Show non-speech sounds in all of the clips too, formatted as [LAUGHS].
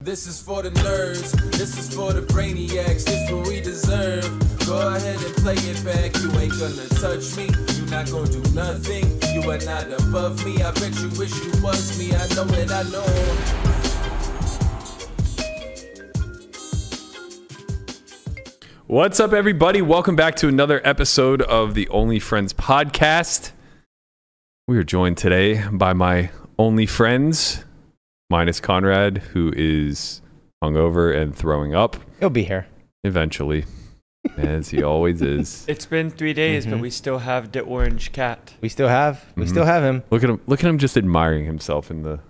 This is for the nerds, this is for the brainiacs, this what we deserve. Go ahead and play it back, you ain't gonna touch me, you not gonna do nothing, you are not above me, I bet you wish you was me, I know it, I know. What's up, everybody? Welcome back to another episode of the Only Friends podcast. We are joined today by my only friends, minus Conrad, who is hungover and throwing up He'll be here. eventually, as he always [LAUGHS] is. It's been three days, Mm-hmm. but we still have the orange cat. We still have. We still have him. Look at him! Look at him! Just admiring himself in the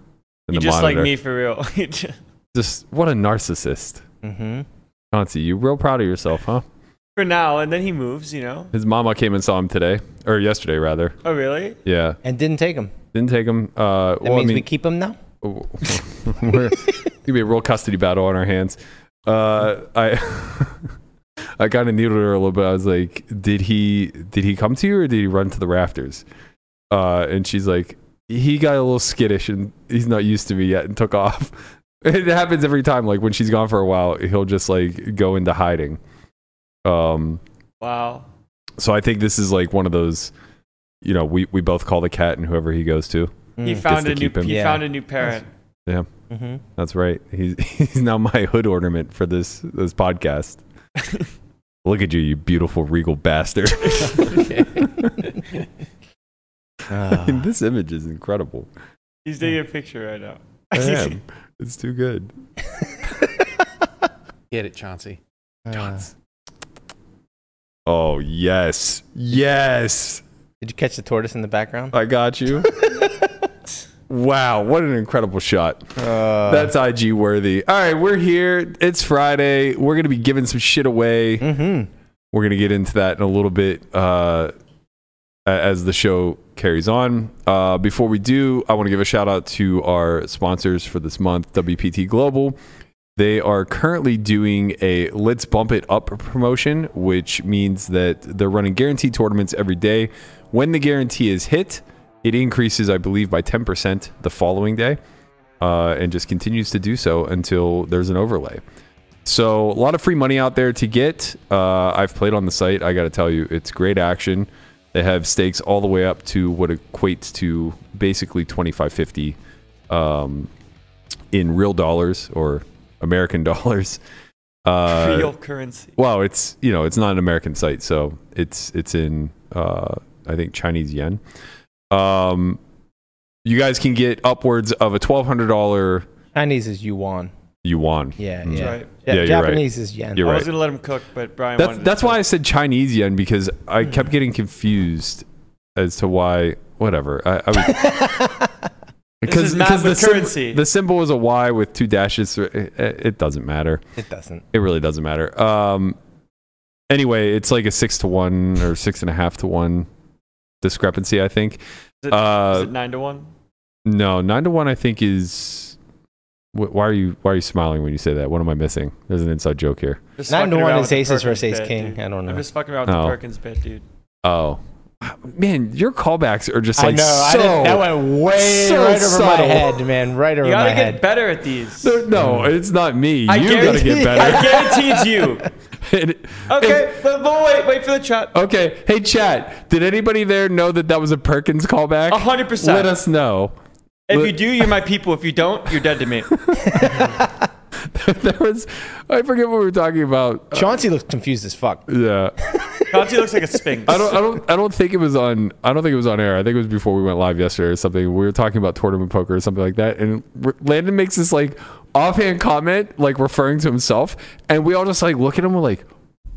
in the You just monitor. like me for real. [LAUGHS] You ju- Just what a narcissist, Mm-hmm. Chauncey. You real proud of yourself, huh? for now, and then he moves. You know? His mama came and saw him today, or yesterday rather. Oh, really? Yeah, And didn't take him. didn't take him. Uh, That well, I means mean, we keep him now. [LAUGHS] we're gonna be a real custody battle on our hands. Uh, I [LAUGHS] I kind of needled her a little bit. I was like, "Did he did he come to you or did he run to the rafters?" Uh, and she's like, "He got a little skittish and he's not used to me yet and took off." [LAUGHS] It happens every time. Like when she's gone for a while, he'll just like go into hiding. Um, Wow. so I think this is like one of those, you know, we we both call the cat and whoever he goes to. He Mm. found to a new. keep him. He Yeah. found a new parent. Mhm. That's right. He's [LAUGHS] he's now my hood ornament for this this [LAUGHS] podcast. Look at you, you beautiful regal bastard. [LAUGHS] [LAUGHS] I mean, Mm-hmm. Ah. this image is incredible. He's taking a picture right now. I am. It's too good. Get it, Chauncey. Ah. Oh yes. Yes. did you catch the tortoise in the background? [LAUGHS] I got you. wow, what an incredible shot. Uh, That's IG worthy. All right, we're here. It's Friday. We're going to be giving some shit away. Mm-hmm. We're going to get into that in a little bit uh, a- as the show carries on. Uh, before we do, I want to give a shout out to our sponsors for this month, WPT Global. They are currently doing a Let's Bump It Up promotion, which means that they're running guaranteed tournaments every day. When the guarantee is hit, it increases, I believe, by 10% the following day uh, and just continues to do so until there's an overlay. So a lot of free money out there to get. Uh, I've played on the site. I got to tell you, it's great action. They have stakes all the way up to what equates to basically twenty five fifty um, in real dollars or American [LAUGHS] dollars. Uh, Real currency. well, it's you know it's not an American site, so it's it's in uh, I think Chinese yen. Um, you guys can get upwards of a twelve hundred dollar Chinese is yuan. yuan. Yeah, Mm. yeah. That's right. Yeah, you're right. Japanese is yen. You're I right. was gonna let him cook, but Brian. That's wanted that's to why I said Chinese yen because I Hmm. kept getting confused as to why. Whatever. I, I [LAUGHS] was, This is not the with sym- currency. the symbol is a Y with two dashes. It, it doesn't matter. [LAUGHS] It doesn't. It really doesn't matter. Um. Anyway, it's like a six to one or six and a half to one discrepancy. I think. Is it, Uh, is it nine to one? No, nine to one. I think is. wh- Why are you Why are you smiling when you say that? What am I missing? There's an inside joke here. Just Nine to fucking one around is with the aces versus Perkins ace bet, king. dude. I don't I'm know. just fucking around with Oh. the Perkins bet, dude. Oh, man, your callbacks are just like so. didn't- that went way so right over my subtle. head, man. Right over You my gotta get head. better at these. No, no, it's not me. I you gotta guarantee- get better. [LAUGHS] [LAUGHS] I guarantee it's you. It- Okay, but, but wait, wait for the chat. it- okay. Hey, chat. Did anybody there know that that was a Perkins callback? A hundred percent. Let us know. If Look- you do, you're my people. If you don't, you're dead [LAUGHS] to me. there was. I forget what we were talking about. Chauncey looks confused as fuck. Yeah. Chauncey looks like [LAUGHS] a sphinx. I don't. I don't. I don't think it was on. I don't think it was on air. I think it was before we went live yesterday or something. We were talking about tournament poker or something like that, and R- Landon makes this like offhand comment, like referring to himself, and we all just like look at him. We're like,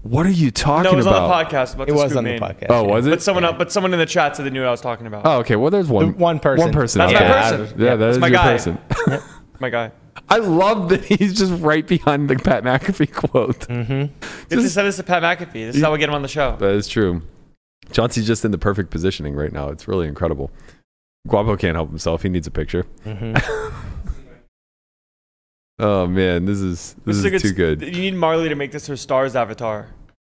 "What are you talking no, it was about?" on the podcast. About It the was Scoop on the Main. podcast. Oh, was it? But someone, up, but someone in the chat said they knew what I was talking about. Oh, okay. Well, there's one The one person. One person. That's out my there. person. Yeah, Yeah, that that's is my your guy. person. [LAUGHS] My guy. I love that he's just right behind the Pat McAfee quote. Mm-hmm. You have to send this to Pat McAfee. This is how we get him on the show. That is true. Chauncey's just in the perfect positioning right now. It's really incredible. Guapo can't help himself. He needs a picture. Mm-hmm. oh man, this is this, is, a too good. You need Marley to make this her stars avatar,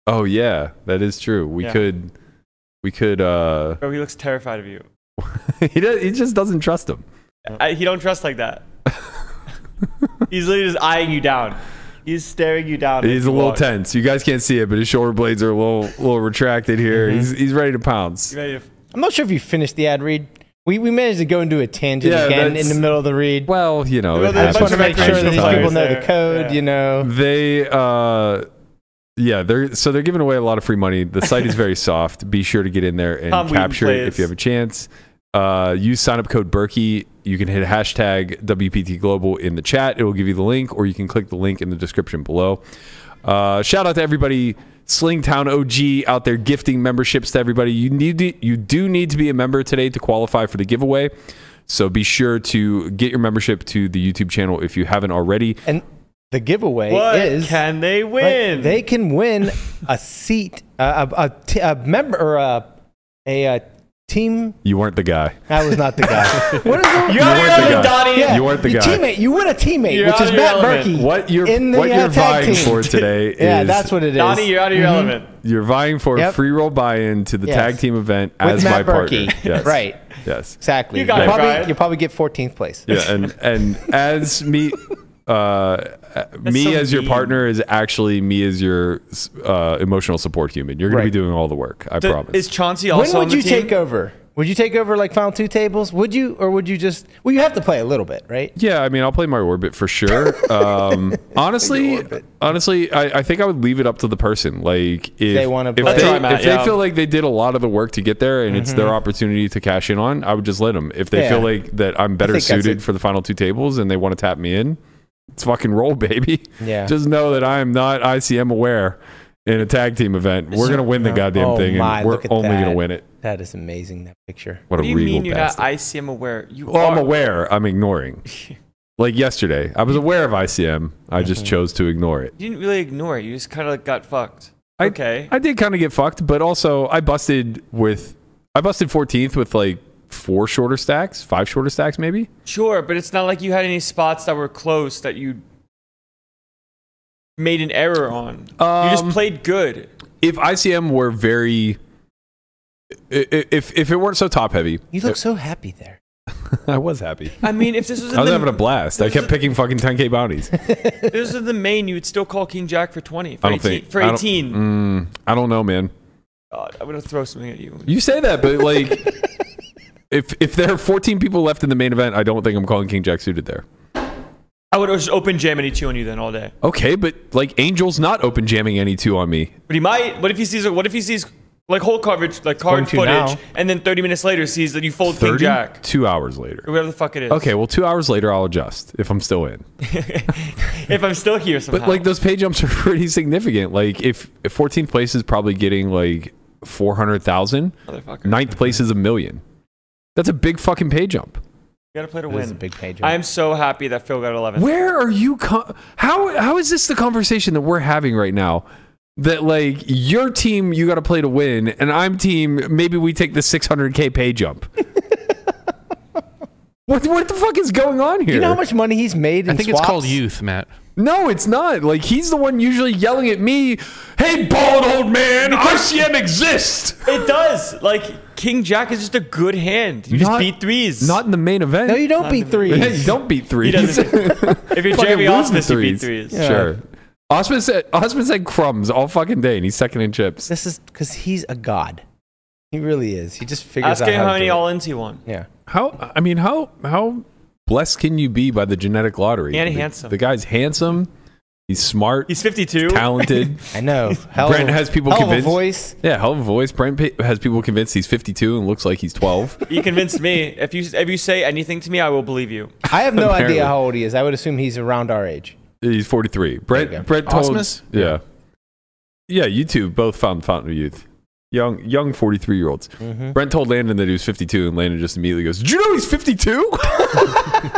oh yeah, that is true. We Yeah. could, we could. [LAUGHS] uh or he looks terrified of you. He does, he just doesn't trust him. [LAUGHS] I, he don't trust like that. He's literally just eyeing you down. He's staring you down. as He's a you little walk. tense. You guys can't see it, but his shoulder blades are a little, little retracted here. He's, he's ready to pounce. Mm-hmm. You ready to- I'm not sure if you finished the ad read. We, we managed to go into a tangent Yeah, again that's- in the middle of the read. Well, you know, Well, it there's a I just happens want to make bunch of from sure that these time to people know there. the code, Yeah. you know. they uh yeah they're so they're giving away a lot of free money the site is [LAUGHS] very soft be sure to get in there and Tom Wheaton capture it if plays. you have a chance uh use sign up code berkey you can hit hashtag wpt global in the chat it will give you the link or you can click the link in the description below uh shout out to everybody slingtown og out there gifting memberships to everybody you need to, you do need to be a member today to qualify for the giveaway so be sure to get your membership to the youtube channel if you haven't already And the giveaway What is can they right, win? they can win a seat, uh, a, a, t- a member, or a, a, uh team. you weren't the guy I was not the [LAUGHS] guy. what is the You're out weren't of your the element, guy. Donnie. You weren't the your guy. Teammate, you win a teammate, You're which out is of your Matt element. Berkey. What you're in the what uh, you're tag vying team. for today [LAUGHS] Yeah, is that's what it is. Donnie, you're out of your Mm-hmm. element. you're vying for a Yep. free roll buy-in to the Yes. tag team event With as Matt my Berkey. partner. [LAUGHS] Yes. Right. Yes. Exactly. You got it, Brian. probably, you'll probably get 14th place. Yeah, and and as me [LAUGHS] uh me so as your mean. partner is actually me as your uh emotional support human. You're going to Right. be doing all the work. I Th- promise. Is Chauncey When also on would the you team? take over? Would you take over like final two tables? Would you, or would you just? Well, you have to play a little bit, right? Yeah, I mean, I'll play my orbit for sure. Um, honestly, honestly, I, I think I would leave it up to the person. Like, if They wanna if, they, play. That's where I'm at, if they yeah. feel like they did a lot of the work to get there and it's their opportunity to cash in on, I would just let them. If they Mm-hmm. Yeah. feel like that I'm better think that's suited it. for the final two tables and they want to tap me in, it's fucking roll, [LAUGHS] baby. Yeah. Just know that I am not ICM aware in a tag team event. We're gonna win the goddamn Oh thing, my, and we're look at only that. gonna win it. That is amazing. That picture. What, What a do you regal mean you're bastard. not ICM aware? You Oh, Well, I'm are. aware. I'm [LAUGHS] ignoring. Like yesterday, I was aware of ICM. I just chose to ignore it. You didn't really ignore it. You just kind of like got fucked. I- okay. I did kind of get fucked, but also I busted with I busted 14th with like four shorter stacks, five shorter stacks maybe. sure, but it's not like you had any spots that were close that you made an error on. you just Um, played good. If ICM were very i- i- if if it weren't so top heavy, You look so happy there. [LAUGHS] I was [LAUGHS] happy. I mean, if this was in I was the, having a blast. I kept picking fucking 10k [LAUGHS] bounties. if this was in the main, you would still call King Jack for 20. For I don't 18. think for I don't- 18. Mm, I don't know, man. God, I'm going to throw something at you. You say that, but like [LAUGHS] if if there are 14 people left in the main event, I don't think I'm calling King Jack suited there. I would just open jam and he chew on you then all day. Okay, but like Angel's not open jamming any two on me. But he might. What if he sees? What if he sees like whole coverage, like card going to now. footage, and then 30 minutes later sees that you fold King 30 Jack 2 hours later. or whatever the fuck it is. Okay, well, two hours later, I'll adjust if I'm still in. If I'm still here somehow. But like those pay jumps [LAUGHS] are pretty significant. Like if if 14th place is probably getting like 400,000, motherfucker, ninth place is a million. That's a big fucking pay jump. you gotta play to That is win. a big page. I am so happy that Phil got 11. Where are you? Com- how how is this the conversation that we're having right now? That like your team, you got to play to win, and I'm team. Maybe we take the 600k pay jump. [LAUGHS] what what the fuck is going on here? you know how much money he's made? In I think swaps? it's called youth, Matt. No, it's not. Like he's the one usually yelling at me, "Hey, bald old man, RCM exists." It does. Like King Jack is just a good hand. You just Not- beat threes. Not in the main event. No, you don't [LAUGHS] beat three. Yeah, you don't beat He threes. doesn't. [LAUGHS] if you're [LAUGHS] Fucking Jeremy lose the Osmus, you beat threes. Sure. Osman said Osman said crumbs all fucking day, and he's second in chips. This is because he's a god. He really is. He just figures Ask out him how, how to many do it. all ins he won. Yeah. How? I mean, how how blessed can you be by the genetic lottery? And The- handsome. The guy's handsome. He's smart. He's 52. talented. [LAUGHS] I know. [LAUGHS] Hell Brent has people hell of convinced. A voice. yeah, hell of a voice. Brent Pitt has people convinced he's 52 and looks like he's [LAUGHS] 12. You convinced me. If you if you say anything to me, I will believe you. I have [LAUGHS] no Apparently. idea how old he is. I would assume he's around our age. He's 43. There you Brett go. Brett told Osmus? Yeah. Yeah, you two both found Fountain of Youth. Young young 43 year olds. Mm-hmm. Brent told Landon that he was 52 and Landon just immediately goes, "Did you know he's 52?" [LAUGHS]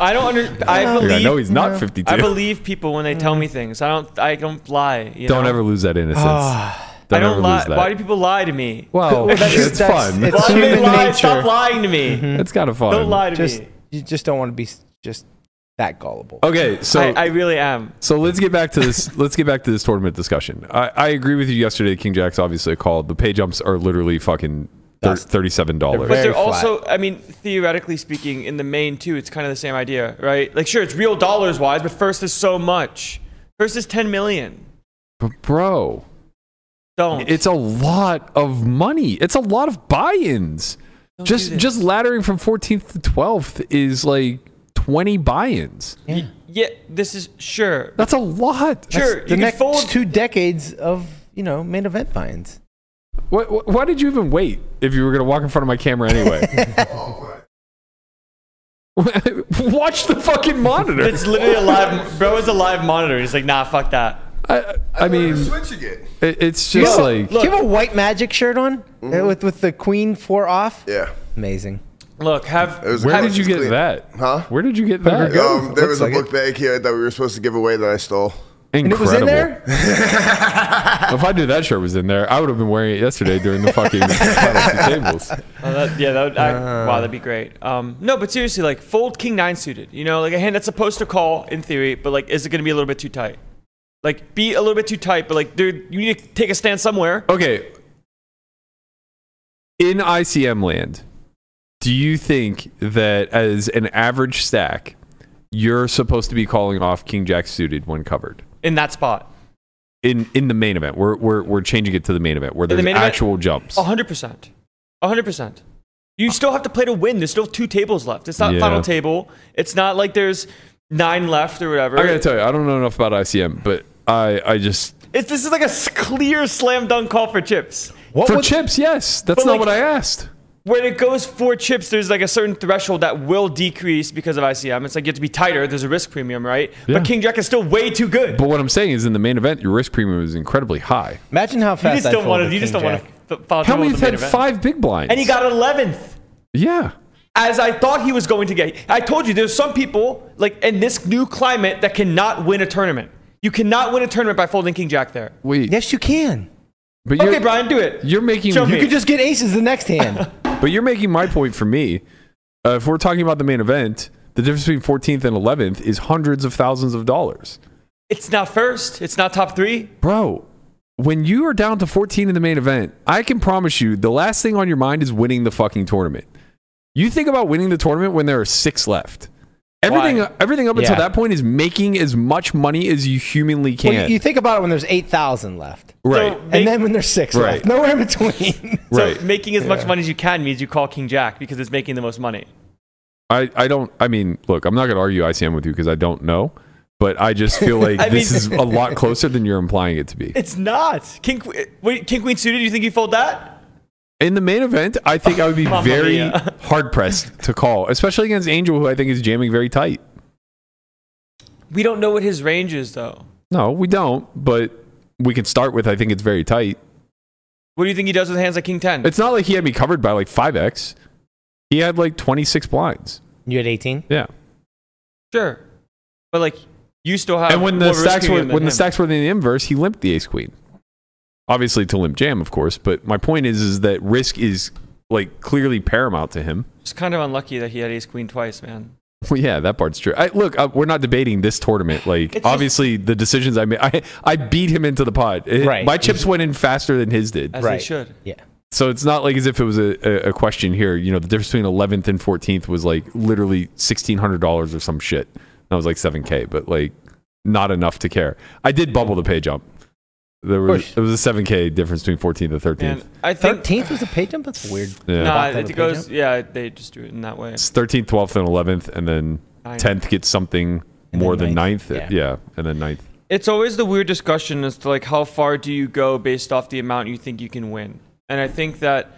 I don't under. I believe. I know he's not 52. I believe people when they tell me things. I don't. I don't lie. You don't know? ever lose that innocence. Ah, I don't ever lie. lose that. Why do people lie to me? well, that's- it's that's- fun. it's It's, Why do they human lie? nature. Stop lying to me. kind of fun. Don't lie to Just me. you just don't want to be s- just that gullible. Okay, so I, I really am. So let's get back to this. let's get back to this tournament discussion. I, I agree with you yesterday. King Jack's obviously a call. The pay jumps are literally fucking thir- thirty-seven dollars. They're But very they're flat. also, I mean, theoretically speaking, in the main too, it's kind of the same idea, right? Like, sure, it's real dollars wise, but first is so much. First is 10 million. bro, Don't. it's a lot of money. It's a lot of buy-ins. Don't do just this. just laddering from fourteenth to twelfth is like twenty buy-ins. Yeah. yeah, this is sure. That's a lot. Sure, you the can next fold. two decades of you know main event binds. Why, why- why did you even wait if you were going to walk in front of my camera anyway? [LAUGHS] Watch the fucking monitor. it's literally a live, bro is a live monitor. He's like, nah, fuck that. I, I mean, switch again. it, it's just Yo, like do you have a white magic shirt on Uh, with with the queen four off? Yeah. Amazing. Look, have. oh, It was where it did was you get clean. that? Huh? Where did you get that? Go. Um, there was a Looks like book bag here that we were supposed to give away that I stole. And it Incredible. was in there. If I knew that shirt was in there, I would have been wearing it yesterday during the fucking final two tables. Oh, that, yeah, that would, I, wow, that'd be great. Um, no, but seriously, like fold king nine suited. You know, like a hand that's supposed to call in theory, but like, is it gonna be a little bit too tight? Like, be a little bit too tight, but like, dude, you need to take a stand somewhere. Okay. In ICM land, do you think that as an average stack, you're supposed to be calling off King Jack suited when covered? in that spot. In in the main event. We're we're, we're changing it to the main event where the there's main event- actual jumps. A hundred percent. A hundred percent. You still have to play to win. There's still two tables left. It's not Yeah. final table. It's not like there's nine left or whatever. I gotta tell you, I don't know enough about ICM, but I I just It's, this is like a s- clear slam dunk call for chips. What for would- chips, yes. That's But, not like- what I asked. When it goes for chips, there's like a certain threshold that will decrease because of ICM. It's like you have to be tighter. There's a risk premium, right? Yeah. But King Jack is still way too good. But what I'm saying is in the main event, your risk premium is incredibly high. Imagine how you fast just I don't want folded to. You just King don't want Jack. to follow How through many with the main had event. five big blinds? And he got eleventh. Yeah. as I thought he was going to get. I told you, there's some people like in this new climate that cannot win a tournament. You cannot win a tournament by folding King Jack there. Wait. Yes, you can. But Okay, you're, Brian, do it. You're making Show you me. You could just get aces the next hand. But you're making my point for me. Uh, if we're talking about the main event, the difference between 14th and 11th is hundreds of thousands of dollars. It's not first. It's not top three. Bro, when you are down to 14 in the main event, I can promise you the last thing on your mind is winning the fucking tournament. You think about winning the tournament when there are six left. Everything, Why? everything up until Yeah. that point is making as much money as you humanly can. well, you, you think about it when there's eight thousand left, right, So, and make- then when there's six Right. left, nowhere in between. so right. making as much money as you can means you call King Jack because it's making the most money. I, I don't I mean look I'm not gonna argue ICM with you because I don't know but I just [LAUGHS] feel like I this is mean- a lot closer than you're implying it to be It's not King. que- Wait, King Queen suited. You think you fold that? in the main event I think I would be [LAUGHS] Mamma very mia. hard pressed to call especially against Angel who I think is jamming very tight We don't know what his range is though. no we don't but we can start with I think it's very tight What do you think he does with hands like King Ten? it's not like he had me covered by like 5x he had like 26 blinds [LAUGHS] You had eighteen. yeah sure, but like you still have. and when more the Uh, risk stacks were premium than when the him. stacks were in the inverse, he limped the ace queen. Obviously to limp jam, of course. But my point is, is that risk is like clearly paramount to him. it's kind of unlucky that he had Ace Queen twice, man. [LAUGHS] Well, yeah, that part's true. I, look, uh we're not debating this tournament. Like, It's just- obviously, the decisions I made, [LAUGHS] I, I beat him into the pot. It- Right. My chips went in faster than his did. As Right. they should. Yeah. So it's not like as if it was a, a, a question here. You know, the difference between 11th and 14th was like literally $1,600 or some shit. That was like 7K, but like not enough to care. I did bubble the pay jump. There was course. it was a 7K difference between 14th and 13th. And I think Thirteenth was a pay jump. That's weird. Yeah. Nah, Bottom of the it page goes. up? Yeah, they just do it in that way. It's 13th, 12th, and 11th, and then I know. 10th gets something And more then than ninth. 9th. Yeah. Yeah. and then 9th. It's always the weird discussion as to like how far do you go based off the amount you think you can win. And I think that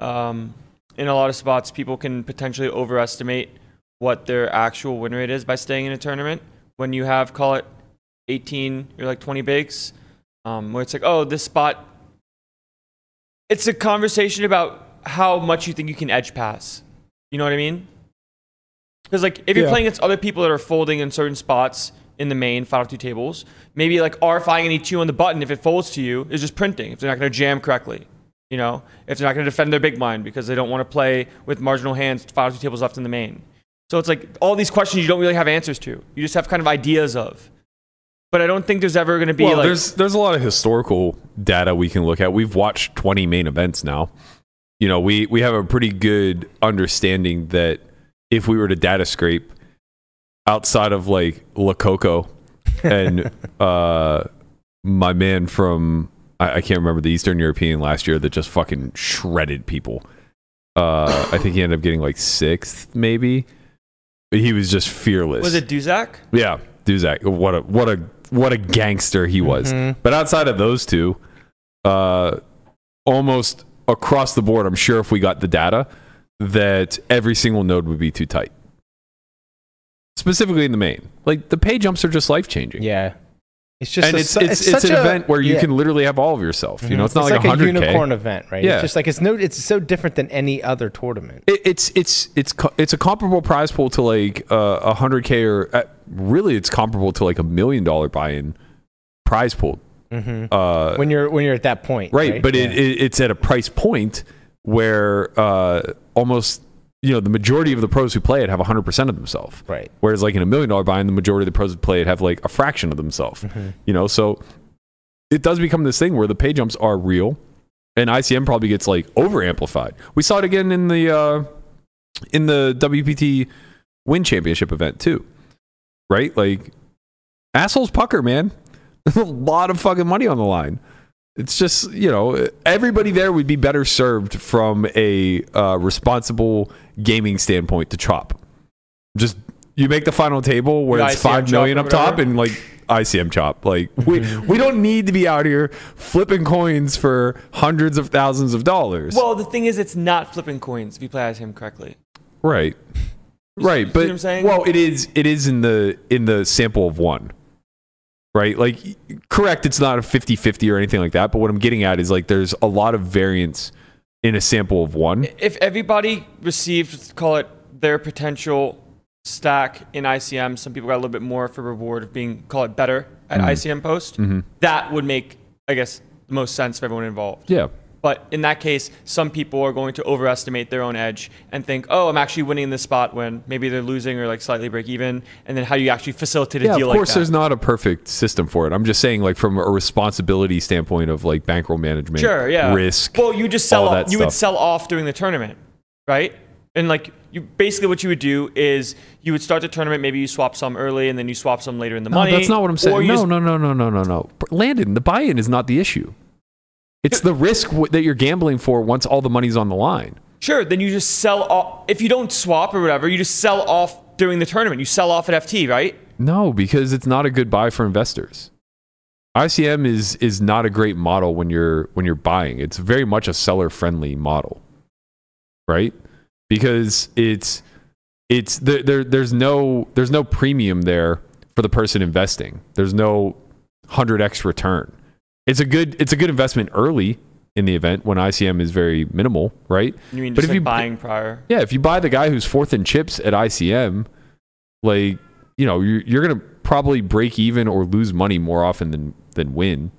um, in a lot of spots, people can potentially overestimate what their actual win rate is by staying in a tournament. When you have call it 18 or like 20 bigs, um, where it's like, oh, this spot. It's a conversation about how much you think you can edge pass. You know what I mean? Because like if you're Yeah. playing against other people that are folding in certain spots in the main final two tables, maybe like RFing any two on the button if it folds to you is just printing if they're not going to jam correctly. You know, if they're not going to defend their big blind because they don't want to play with marginal hands final two tables left in the main. So it's like all these questions you don't really have answers to. You just have kind of ideas of. But I don't think there's ever going to be well, like there's there's a lot of historical data we can look at. We've watched 20 main events now. you know, we we have a pretty good understanding that if we were to data scrape outside of like Lococo and [LAUGHS] uh, my man from I, I can't remember the Eastern European last year that just fucking shredded people. Uh, I think he ended up getting like sixth, maybe. But he was just fearless. Was it Duzak? Yeah, Duzak. What a what a what a gangster he was. Mhm. But outside of those two, uh, almost across the board, I'm sure if we got the data, that every single node would be too tight. Specifically in the main, like the pay jumps are just life changing. Yeah. It's just And a it's su- it's, it's, such an a- event where you yeah. Mm-hmm. can literally have all of yourself. You know, it's not like, a 100K. unicorn event, right? Yeah. It's just like it's no, it's so different than any other tournament. It, it's it's it's co- it's a comparable prize pool to like a hundred k or uh, really it's comparable to like a million dollar buy in prize pool. Uh, When you're when you're at that point, right, Mm-hmm. right? but Yeah. it, it, it's at a price point where uh, almost you know the majority of the pros who play it have 100% of themselves Right. whereas like in a million dollar buy-in the majority of the pros who play it have like a fraction of themselves you know so it does become this thing where the pay jumps are real and icm probably gets like over amplified we saw it again in the uh, in the wpt win championship event too right like assholes pucker man [LAUGHS] a lot of fucking money on the line it's just you know everybody there would be better served from a uh, responsible gaming standpoint to chop just you make the final table where The it's ICM five chop million or up top whatever? and like ICM chop like [LAUGHS] we we don't need to be out here flipping coins for hundreds of thousands of dollars Well, the thing is, it's not flipping coins if you play as him correctly. right see right what but I'm saying? well it is it is in the in the sample of one right like correct it's not a 50-50 or anything like that but what i'm getting at is like there's a lot of variance in a sample of one If everybody received, call it their potential stack in ICM, some people got a little bit more for reward of being, call it better at ICM post. That would make, I guess, the most sense for everyone involved. yeah But in that case, some people are going to overestimate their own edge and think, "Oh, I'm actually winning this spot when maybe they're losing or like slightly break even." And then how you actually facilitate a yeah, deal of course, like that. there's not a perfect system for it. I'm just saying, like from a responsibility standpoint of like bankroll management, sure, yeah. risk. Well, you just sell all off. that you would stuff. sell off during the tournament, right? And like you basically what you would do is you would start the tournament. Maybe you swap some early and then you swap some later in the no, money. that's not what I'm or saying. you No, just- no, no, no, no, no, no. Landon, the buy-in is not the issue. It's the risk w- that you're gambling for once all the money's on the line. Sure. Then you just sell off. If you don't swap or whatever, you just sell off during the tournament. You sell off at FT, right? No, because it's not a good buy for investors. ICM is is not a great model when you're when you're buying. It's very much a seller friendly model, right? Because it's it's there, there there's no there's no premium there for the person investing. There's no hundred x return. It's a good it's a good investment early in the event when ICM is very minimal, right? You mean But if just like you- buying prior? Yeah, if you buy the guy who's fourth in chips at ICM, like you know you're, you're gonna probably break even or lose money more often than than win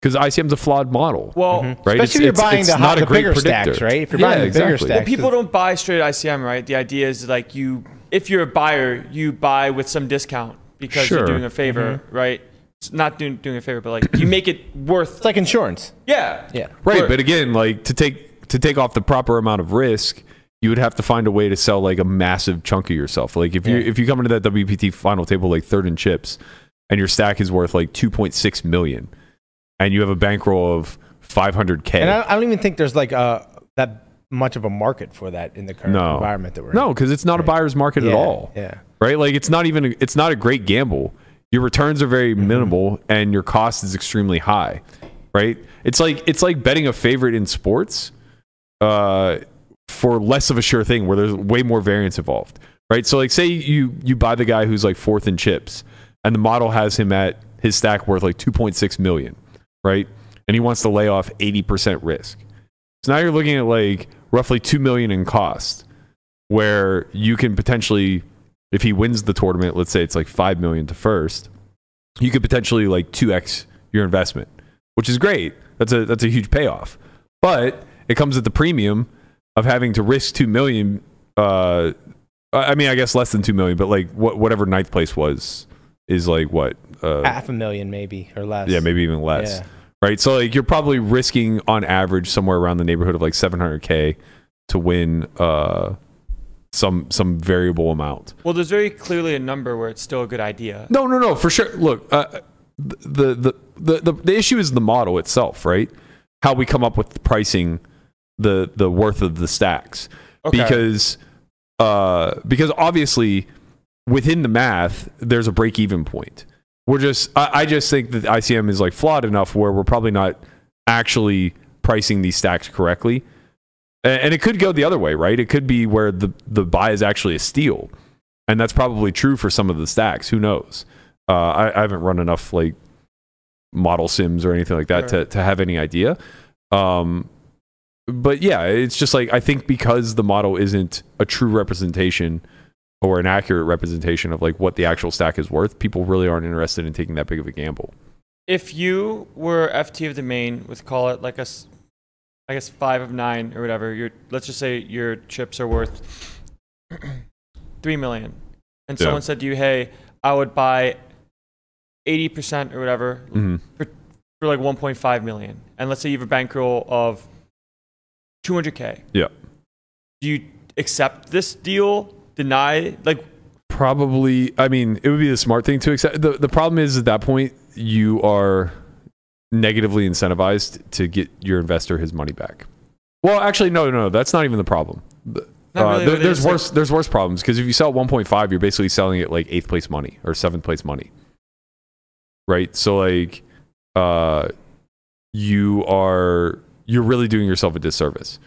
because ICM's a flawed model. Well. Right, Especially if you're buying the hot- the bigger stacks, right? If you're buying the bigger stacks. People don't buy straight ICM, right? The idea is like you, if you're a buyer, you buy with some discount because Sure. Mm-hmm. you're doing a favor, right? It's not doing, doing a favor, but like you make it worth. It's like insurance. Yeah. [COUGHS] Yeah. right? Or- But again, like to take to take off the proper amount of risk, you would have to find a way to sell like a massive chunk of yourself. Like if you if you come into that WPT final table like third in chips, and your stack is worth like two point six million, and you have a bankroll of five hundred k. And I, I don't even think there's like uh that much of a market for that in the current no environment that we're no in. because it's not a buyer's market at Yeah, all right Yeah. like it's not even it's not a great gamble your returns are very Mm-hmm. minimal and your cost is extremely high right it's like it's like betting a favorite in sports uh for less of a sure thing where there's way more variance involved right so like say you you buy the guy who's like fourth in chips and the model has him at his stack worth like 2.6 million right and he wants to lay off 80% risk so now you're looking at like roughly 2 million in cost where you can potentially if he wins the tournament let's say it's like 5 million to first you could potentially like 2x your investment which is great that's a that's a huge payoff but it comes at the premium of having to risk 2 million uh i I mean i guess less than 2 million but like what, whatever ninth place was is like what uh, Half a million maybe or less. yeah maybe even less Yeah. right? So like you're probably risking on average somewhere around the neighborhood of like 700k to win uh some some variable amount. Well, there's very clearly a number where it's still a good idea. No, no, no, for sure. Look, uh, the, the the the the issue is the model itself, right? How we come up with pricing the the worth of the stacks Okay. because uh because obviously within the math there's a break even point. We're just I, I just think that ICM is like flawed enough where we're probably not actually pricing these stacks correctly. A- And it could go the other way, right? It could be where the, the buy is actually a steal. And that's probably true for some of the stacks. Who knows? Uh, I, I haven't run enough like model sims or anything like that to, to have any idea. Um, but yeah, it's just like I think because the model isn't a true representation or an accurate representation of like what the actual stack is worth, people really aren't interested in taking that big of a gamble. if you were FT of the main with call it like a, s- I guess five of nine or whatever. Your let's just say your chips are worth [COUGHS] three million, and Yeah. someone said to you, "Hey, I would buy eighty percent or whatever Mm-hmm. for like one point five million, and let's say you have a bankroll of two hundred k. Yeah. Do you accept this deal? Deny? Like, probably i mean it would be the smart thing to accept the, the problem is at that point you are negatively incentivized to get your investor his money back well actually no no no that's not even the problem The- Not uh, really, there- but it there's is, like- worse there's worse problems because if you sell at 1.5 you're basically selling it like eighth place money or seventh place money right so like uh you are you're really doing yourself a disservice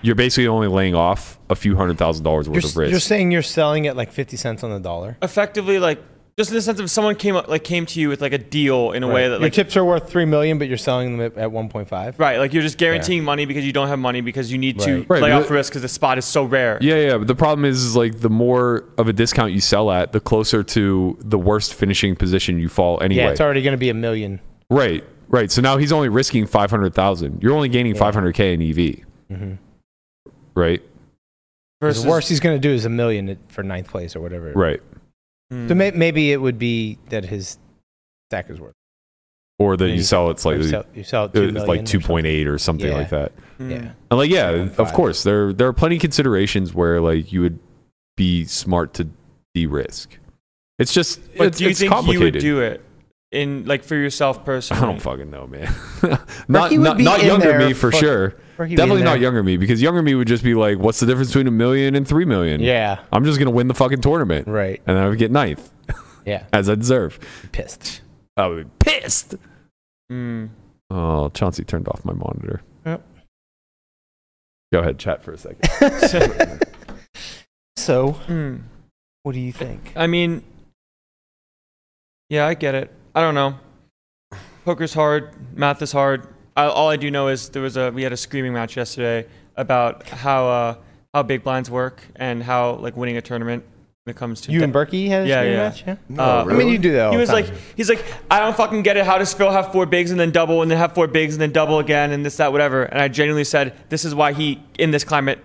you're basically only laying off a few hundred thousand dollars worth You're, of risk you're saying you're selling at like 50 cents on the dollar. effectively, like just in the sense of someone came up, like came to you with like a deal in a way that Your like chips are worth 3 million, but you're selling them at, at 1.5. Right, like you're just guaranteeing money because you don't have money because you need to Right. Right, play but- off risk because the spot is so rare. Yeah, yeah. But the problem is, is like the more of a discount you sell at, the closer to the worst finishing position you fall anyway. Yeah, it's already going to be a million. right, right. So now he's only risking five hundred thousand. You're only gaining five hundred k in EV. Right, The Versus, Mm-hmm. worst he's going to do is a million at- for ninth place or whatever. right. Mm. So may, maybe it would be that his stack is worth. Or that Yeah, you you- sell it Like, slightly, you sell, you sell at 2 it's million. uh, like or two point eight or something Yeah. like that. Mm. something. Yeah. And like, yeah, of 2.15. course, there there are plenty of considerations where like you would be smart to de-risk. It's just, But it's, do you it's think you would complicated. do it in like for [LAUGHS] yourself I personally? don't fucking know, man. [LAUGHS] not would not, be not in younger there me for fuck- sure. Or he'd be Definitely in not there. younger me because younger me would just be like, "What's the difference between a million and three million? Yeah. I'm just gonna win the fucking tournament, Right. and I would get ninth Yeah. as I deserve. [LAUGHS] Pissed. I would be pissed. Mm. Oh, Chauncey turned off my monitor. Yep. Go ahead, chat for a second. [LAUGHS] so, Hmm. Mm. what do you think? I mean, yeah, I get it. I don't know. Poker's hard. Math is hard. I, all I do know is there was a we had a screaming match yesterday about how uh, how big blinds work and how like winning a tournament when it comes to You de- and Berkey had a Yeah, yeah, yeah. match? Yeah. No, Uh, I I mean, you do that. All he the was time. like, he's like, I don't fucking get it. How does Phil have four bigs and then double and then have four bigs and then double again and this, that, whatever. And I genuinely said, this is why he, in this climate,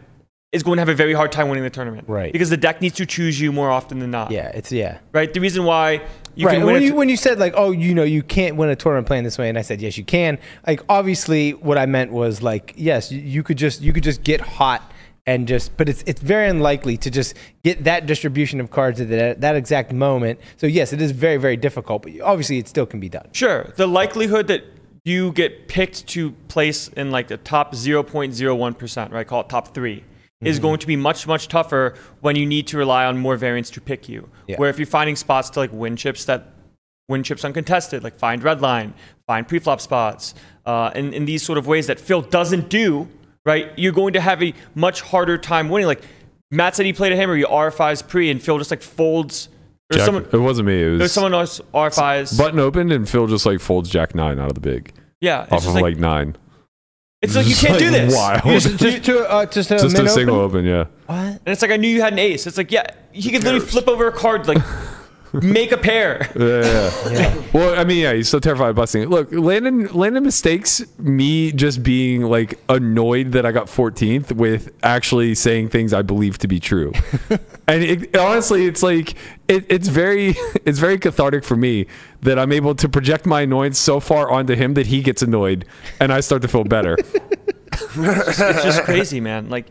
is going to have a very hard time winning the tournament. Right. Because the deck needs to choose you more often than not. yeah, it's yeah. Right. The reason why you right. can and win. When a you t- when you said like, oh, you know, you can't win a tournament playing this way, and I said yes, you can. Like, obviously, what I meant was like, yes, you, you could just you could just get hot and just, but it's it's very unlikely to just get that distribution of cards at that, that exact moment. So yes, it is very very difficult, but obviously, it still can be done. sure. The likelihood that you get picked to place in like the top 0.01%, right? Call it top 3 Is Mm-hmm. going to be much much tougher when you need to rely on more variants to pick you. Yeah. Where if you're finding spots to like win chips that win chips uncontested, like find red line, find preflop spots, uh, in, in these sort of ways that Phil doesn't do, right? You're going to have a much harder time winning. Like Matt said, he played a hammer, he RFI's pre, and Phil just like folds. Jack- There's someone, it wasn't me. It there's was someone else RFI's. button opened, and Phil just like folds Jack nine out of the big yeah, it's off just of like, Oh, like, nine. it's like you It's can't [LAUGHS] do like this. wild. You just- you- Just to uh, just to Just a min single open, yeah. What? and it's like I knew you had an ace. It's like yeah, he could literally cares? [LAUGHS] flip over a card like make a pair. Yeah. Well, I mean, yeah, he's so terrified of busting it. Look, Landon, Landon mistakes me just being like annoyed that I got 14th with actually saying things I believe to be true. and it, honestly, it's like it, it's very, [LAUGHS] it's very cathartic for me that I'm able to project my annoyance so far onto him that he gets annoyed and I start to feel better. It's just crazy, man. Like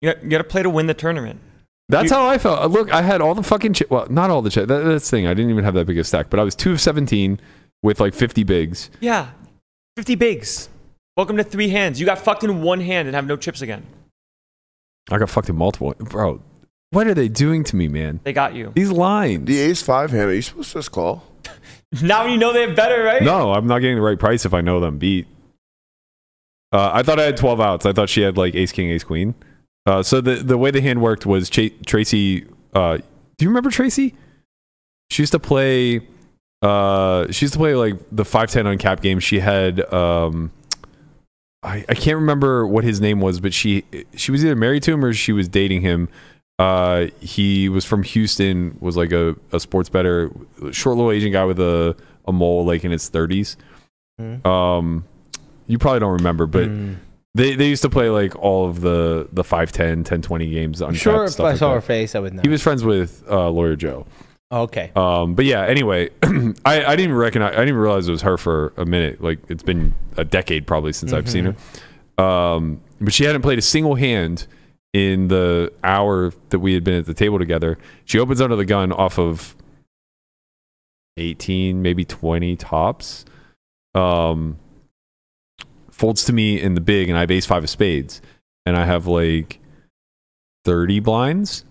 you got, you got to play to win the tournament. That's how I felt. Uh, Look, I had all the fucking chip. Well, not all the chip. That, that's the thing. I didn't even have that big a stack, but I was two of 17 with like 50 bigs. Yeah, fifty bigs. Welcome to three hands. You got fucked in one hand and have no chips again. I got fucked in multiple. Bro, what are they doing to me, man? They got you. These lines. The ace five hand. Are you supposed to just call? Now you know they have better, right? No, I'm not getting the right price if I know them beat. Uh, I thought I had 12 outs. I thought she had like ace, king, ace, queen. Uh, so the, the way the hand worked was Cha- Tracy. Uh, do you remember Tracy? She used to play. Uh, she used to play like the 510 on cap game. She had. Um, I, I can't remember what his name was, but she she was either married to him or she was dating him. Uh, he was from Houston, was like a, a sports better, short little Asian guy with a, a mole like in his 30s. Um, you probably don't remember, but Mm. Hmm. they, they used to play like all of the, the 5'10, 1020 games on I'm sure if stuff. I like saw that. her face, I would know. He was friends with uh, Lawyer Joe. okay. Um, but yeah, anyway, [CLEARS THROAT] I, I didn't even recognize, I didn't even realize it was her for a minute. Like it's been a decade probably since I've seen her. Um, but she hadn't played a single hand in the hour that we had been at the table together. She opens under the gun off of 18, maybe 20 tops. Um, folds to me in the big, and I have ace five of spades, and I have like 30 blinds.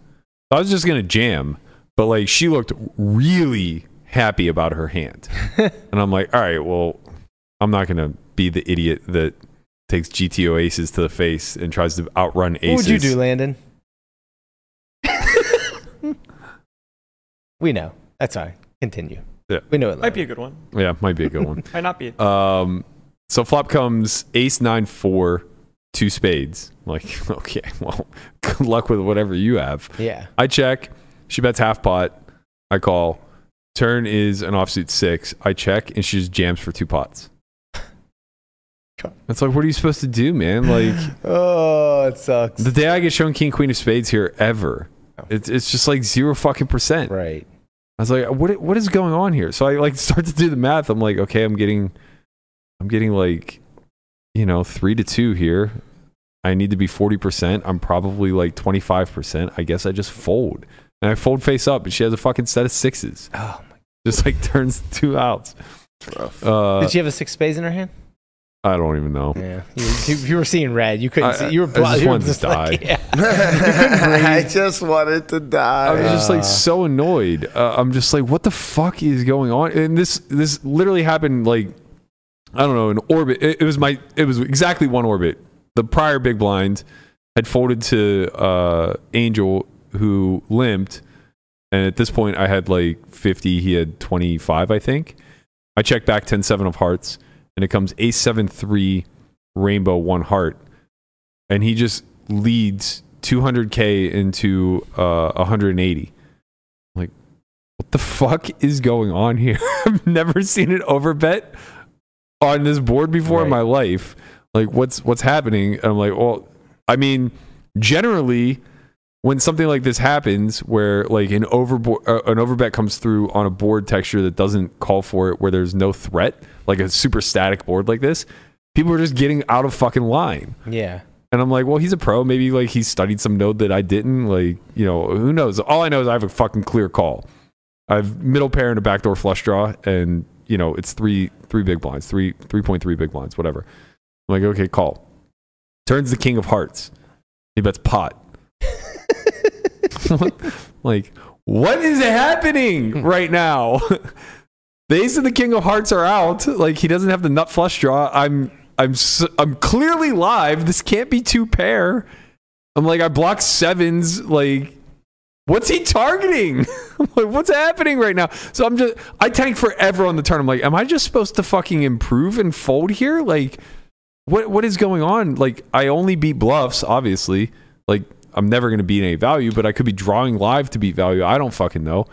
I was just gonna jam, but like she looked really happy about her hand, [LAUGHS] and I'm like, all right, well, I'm not gonna be the idiot that takes GTO aces to the face and tries to outrun What aces. would you do, Landon? [LAUGHS] we know. That's all right. Continue. Yeah. We know it. might Landon. be a good one. Yeah, might be a good [LAUGHS] one. Might not be. Um, so flop comes ace nine four, two spades. I'm like, [LAUGHS] okay, well, good luck with whatever you have. Yeah. I check. She bets half pot. I call. Turn is an offsuit six. I check, and she just jams for two pots. It's like, what are you supposed to do, man? [LAUGHS] Like Oh, it sucks. the day I get shown king queen of spades here ever, it's it's just like zero fucking percent. right. I was like, what what is going on here? So I like [LAUGHS] start to do the math. I'm like, okay, I'm getting I'm getting like you know, 3 to 2 here. I need to be 40%. I'm probably like 25%. I guess I just fold. And I fold face up and she has a fucking set of sixes. [LAUGHS] Oh my. Just like turns two outs. Uh, Did she have a six spades in her hand? I don't even know. Yeah. You, you, you were seeing red. You couldn't I- see. You were I blind. just you were wanted to like- die. yeah. [LAUGHS] I just wanted to I was die. just like so annoyed. Uh, I'm just like, what the fuck is going on? And this this literally happened like I don't know an orbit. It, it was my it was exactly one orbit. The prior big blind had folded to uh, Angel who limped, and at this point I had like 50. He had 25, I think. I check back 10 7 of hearts, and it comes ace 7 3 rainbow one heart and he just leads 200k into uh 180 like what the fuck is going on here [LAUGHS] i've never seen an overbet on this board before in Right. my life like what's what's happening and i'm like well i mean generally when something like this happens where like an overboard uh, an overbet comes through on a board texture that doesn't call for it where there's no threat like a super static board like this people are just getting out of fucking line [LAUGHS] Yeah. and I'm like, well, he's a pro. Maybe like he studied some node that I didn't. Like, you know, who knows? All I know is I have a fucking clear call. I have middle pair and a backdoor flush draw, and you know, it's three three big blinds, three three point three big blinds, whatever. I'm like, okay, call. Turns the king of hearts. He bets pot. [LAUGHS] like, what is happening right now? [LAUGHS] the ace and the king of hearts are out. Like he doesn't have the nut flush draw. I'm I'm s- I'm clearly live. This can't be two pair. I'm like I block sevens. Like what's he targeting? [LAUGHS] I'm like what's happening right now? So I'm just I tank forever on the turn. I'm like, am I just supposed to fucking improve and fold here? Like what what is going on? Like I only beat bluffs, obviously. Like I'm never going to beat any value, but I could be drawing live to beat value. I don't fucking know.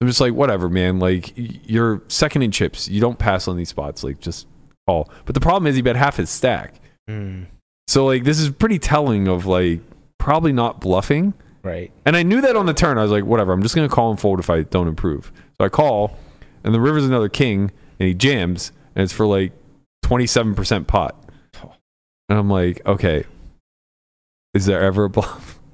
I'm just like, whatever, man. Like y- you're second in chips. You don't pass on these spots. Like just call. But the problem is he bet half his stack. Mm, So like this is pretty telling of like probably not bluffing. right. And I knew that on the turn. I was like, whatever, I'm just gonna call and fold if I don't improve. So I call, and the river's another king, and he jams, and it's for like 27% pot. And I'm like, okay, is there ever a bluff? [LAUGHS]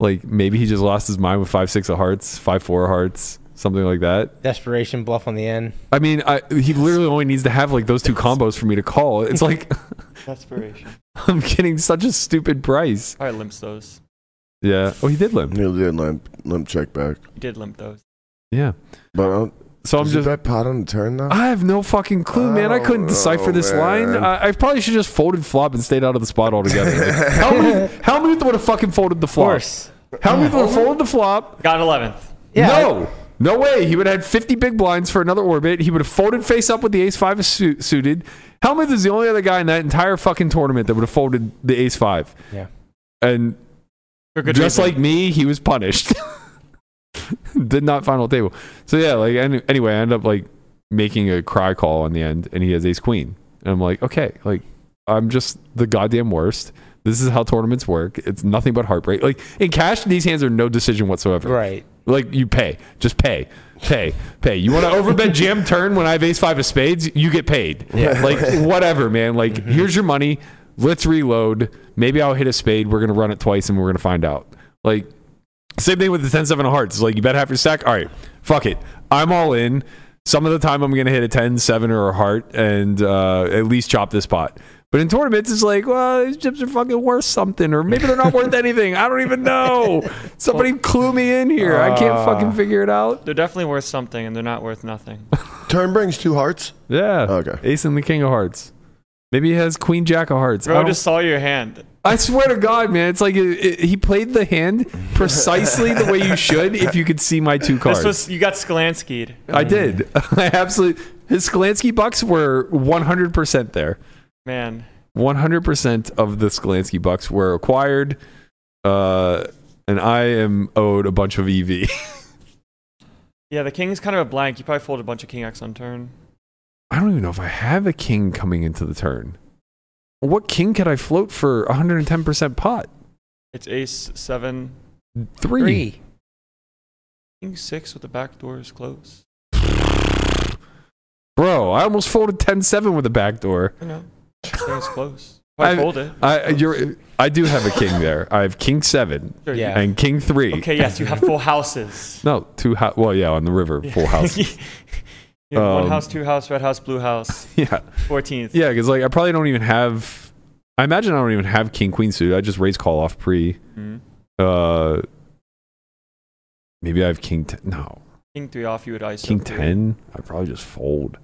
Like maybe he just lost his mind with five six of hearts, five four of hearts, something like that. Desperation bluff on the end. I mean, I, he literally only needs to have like those two combos for me to call. It's like [LAUGHS] Desperation. I'm getting such a stupid price. Probably limps those. Yeah. Oh, he did limp. Neil did limp, limp check back. He did limp those. Yeah. But um, So I'm is just that pot on the turn though? [LAUGHS] I have no fucking clue, man. I couldn't Oh, decipher this line. man. I, I probably should just folded flop and stayed out of the spot altogether. [LAUGHS] Like, Helmuth, Helmuth would have fucking folded the Of flop. course. Helmuth would have folded the flop. Got 11th. Yeah. no, no way. He would have had 50 big blinds for another orbit. He would have folded face up with the ace five is su- suited. Helmuth is the only other guy in that entire fucking tournament that would have folded the ace five. Yeah. And For good just reason. like me, he was punished. [LAUGHS] Did not final table. So yeah, like any- anyway, I end up like making a cry call on the end, and he has ace queen, and I'm like, okay, like I'm just the goddamn worst. This is how tournaments work. It's nothing but heartbreak. Like in cash, these hands are no decision whatsoever. Right. Like you pay, just pay, pay, pay. You want to [LAUGHS] overbet jam turn when I have ace five of spades? You get paid. Yeah. [LAUGHS] Mm-hmm. Like whatever, man. Like here's your money. Let's reload. Maybe I'll hit a spade. We're gonna run it twice, and we're gonna find out. Like same thing with the 10 7 of hearts. It's like you bet half your stack. All right, fuck it. I'm all in. Some of the time I'm gonna hit a 10 7 or a heart and uh, at least chop this pot. But in tournaments, it's like, well, these chips are fucking worth something, or maybe they're not [LAUGHS] worth anything. I don't even know. Somebody clue me in here. I Uh. can't fucking figure it out. They're definitely worth something, and they're not worth nothing. Turn brings two hearts. [LAUGHS] Yeah. Okay. Ace and the king of hearts. Maybe he has queen jack of hearts. I Bro, I don't- just saw your hand. I swear to God, man, it's like it, it, he played the hand precisely the way you should if you could see my two cards. This was you got Sklanskied. I did. [LAUGHS] I absolutely. His Skolansky bucks were 100% there. Man, 100% of the Skolansky bucks were acquired. Uh, and I am owed a bunch of E EV. yeah, the king is kind of a blank. You probably fold a bunch of king x on turn. [LAUGHS] I don't even know if I have a king coming into the turn. What king could I float for 110% pot? It's ace seven, Three. Three. king six with the back doors closed. [SIGHS] Bro, I almost folded 10 7 with a back door. I know, thing is close. Why I- fold it? I, you're, I do have a king there. I have king 7 Sure, you- Yeah. and king 3. Okay. Yes, you have [LAUGHS] full houses. No, two hou- Well, yeah, on the river, full [LAUGHS] house. you have one Um, house, two house, red house, blue house. [LAUGHS] yeah. Fourteenth. Yeah, because like I probably don't even have. I imagine I don't even have king queen suited. I just raise call off pre. Mhm. Uh, maybe I have king ten. No, King three off. You would ice. king up. ten. I probably just fold.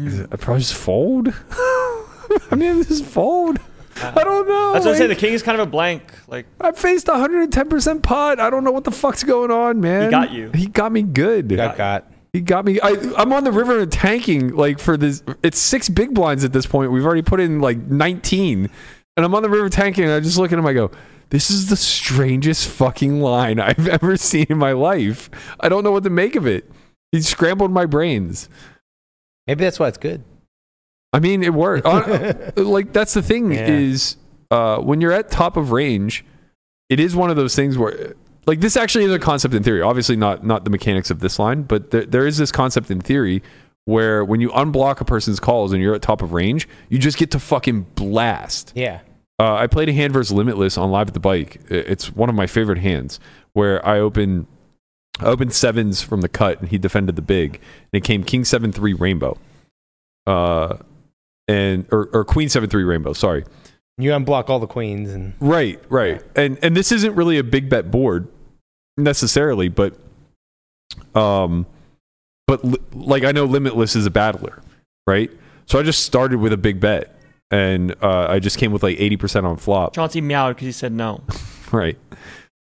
Mm. I probably just fold. [LAUGHS] I mean, just fold. I don't know. Uh, That's what I'm saying. The like, king is kind of a blank. Like I faced 110 percent pot. I don't know what the fuck's going on, man. got you. He got me good. Got got. He got me. I, I'm on the river and tanking like for this. It's six big blinds at this point. We've already put in like 19, and I'm on the river tanking. And I just look at him. I go, "This is the strangest fucking line I've [LAUGHS] ever seen in my life. I don't know what to make of it." He scrambled my brains. Maybe that's why it's good. I mean, it worked. Uh, like that's the thing Yeah. is uh, when you're at top of range, it is one of those things where like this actually is a concept in theory. Obviously, not not the mechanics of this line, but there, there is this concept in theory where when you unblock a person's calls and you're at top of range, you just get to fucking blast. Yeah. Uh, I played a hand versus Limitless on Live at the Bike. I- It's one of my favorite hands where I open I opened sevens from the cut and he defended the big and it came King seven three rainbow, uh, and or, or Queen seven three rainbow. Sorry, You unblock all the queens and right, right, and and this isn't really a big bet board necessarily, but um, but li- like I know Limitless is a battler, right? So I just started with a big bet and uh, I just came with like eighty percent on flop. Chauncey meowed because he said no. Right.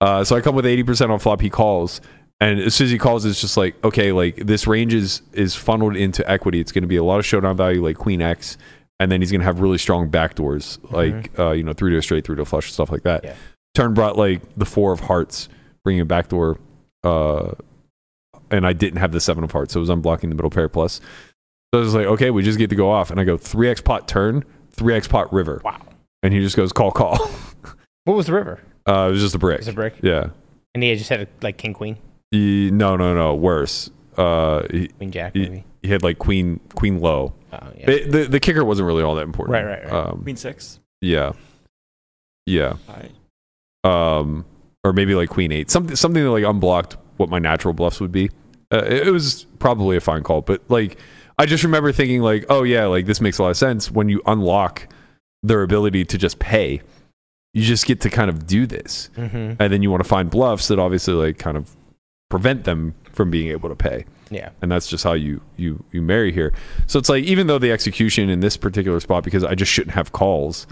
Uh, so I come with 80% on flop. He calls. And as soon as he calls, it's just like, okay, like this range is, is funneled into equity. It's going to be a lot of showdown value, like Queen X. And then he's going to have really strong backdoors, like, uh, you know, three to a straight, three to a flush, stuff like that. Mm-hmm. Yeah. Turn brought like the four of hearts, bringing a backdoor uh, and I didn't have the seven of hearts, so it was unblocking the middle pair plus. So I was like, okay, we just get to go off, and I go three X pot turn, three X pot river. Wow. And he just goes call call. [LAUGHS] What was the river? Uh, it was just a brick. It was a brick. Yeah. And he just had a, like king queen, He, no, no, no. Worse. Uh, he, queen jack he, maybe. he had like queen queen low. Oh yeah. It- the the kicker wasn't really all that important. Right, right, right. Um, Queen six. yeah. Yeah. All right. um, or maybe like queen eight, something something that like unblocked what my natural bluffs would be. Uh, it, it was probably a fine call, but like I just remember thinking like, oh yeah, like this makes a lot of sense when you unlock their ability to just pay. You just get to kind of do this, hmm and then you want to find bluffs that obviously like kind of prevent them from being able to pay Yeah. and that's just how you you you marry here. So it's like even though the execution in this particular spot, because I just shouldn't have calls,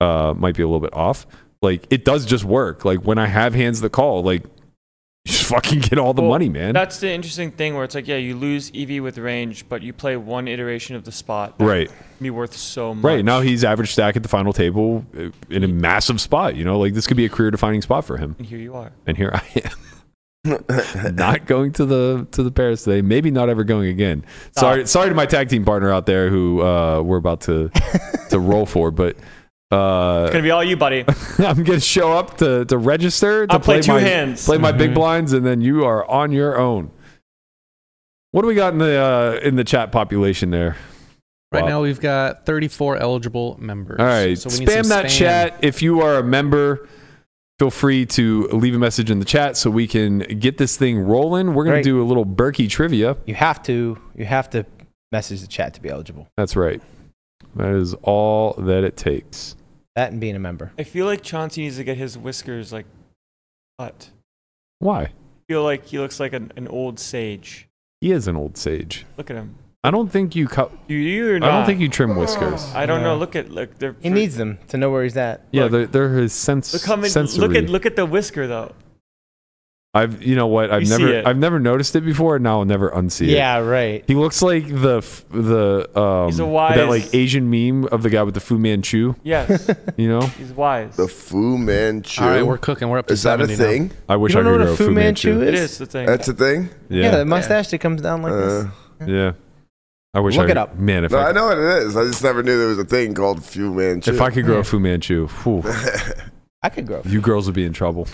uh, might be a little bit off. Like it does just work. Like when I have hands that call, like you just [LAUGHS] fucking get all the Well, money, man. That's the interesting thing where it's like, yeah, you lose EV with range, but you play one iteration of the spot. That Right, can Be worth so much. right. Now he's average stack at the final table uh, in a massive spot. You know, like this could be a career defining spot for him. And here you are. And here [LAUGHS] I [LAUGHS] am, not going to the to the Paris today. Maybe not ever going again. Sorry, Ah. sorry to my tag team partner out there who uh, we're about to to roll for, but It's uh, gonna be all [LAUGHS] you, buddy. I'm gonna show up to, to register to I'll play two my hands. play my Mm-hmm. big Mhm. blinds, and then you are on your own. What do we got in the uh, in the chat population there? Right Wow. now we've got 34 eligible members. All right, So we need spam some that spam. chat if you are a member. Feel free to leave a message in the chat so we can get this thing rolling. We're gonna Great. do a little Berkey trivia. You have to. You have to message the chat to be eligible. That's right. That is all that it takes. That and being a member. I feel like Chauncey needs to get his whiskers like cut. Why? I feel like he looks like an, an old sage. He is an old sage. Look at him. I don't think you cut. Do you or I not? don't think you trim whiskers. I don't know. Yeah. Look at look. They're He needs them to know where he's at. Yeah, Look. they're, they're his sense. Look how many, sensory. Look at look at the whisker though. I've you know what? I've You see never it. I've never noticed it before, and now I'll never unsee it. Yeah, right. [LAUGHS] He looks like the f- the um He's a wise- that like Asian meme of the guy with the Fu Manchu. [LAUGHS] Yes, You know, he's wise. The Fu Manchu. All right, we're cooking. We're up to Is that a 70 now. thing? I wish You I don't know could what grow a Fu Manchu it is? is the thing. That's a thing. Yeah, Yeah, the mustache that comes down like this. Uh, yeah. I wish Look I it up. Man, if no, I, I know what it is. I just never knew there was a thing called Fu Manchu. [LAUGHS] if I could grow a Fu Manchu, whew, I could grow. you girls would be in trouble.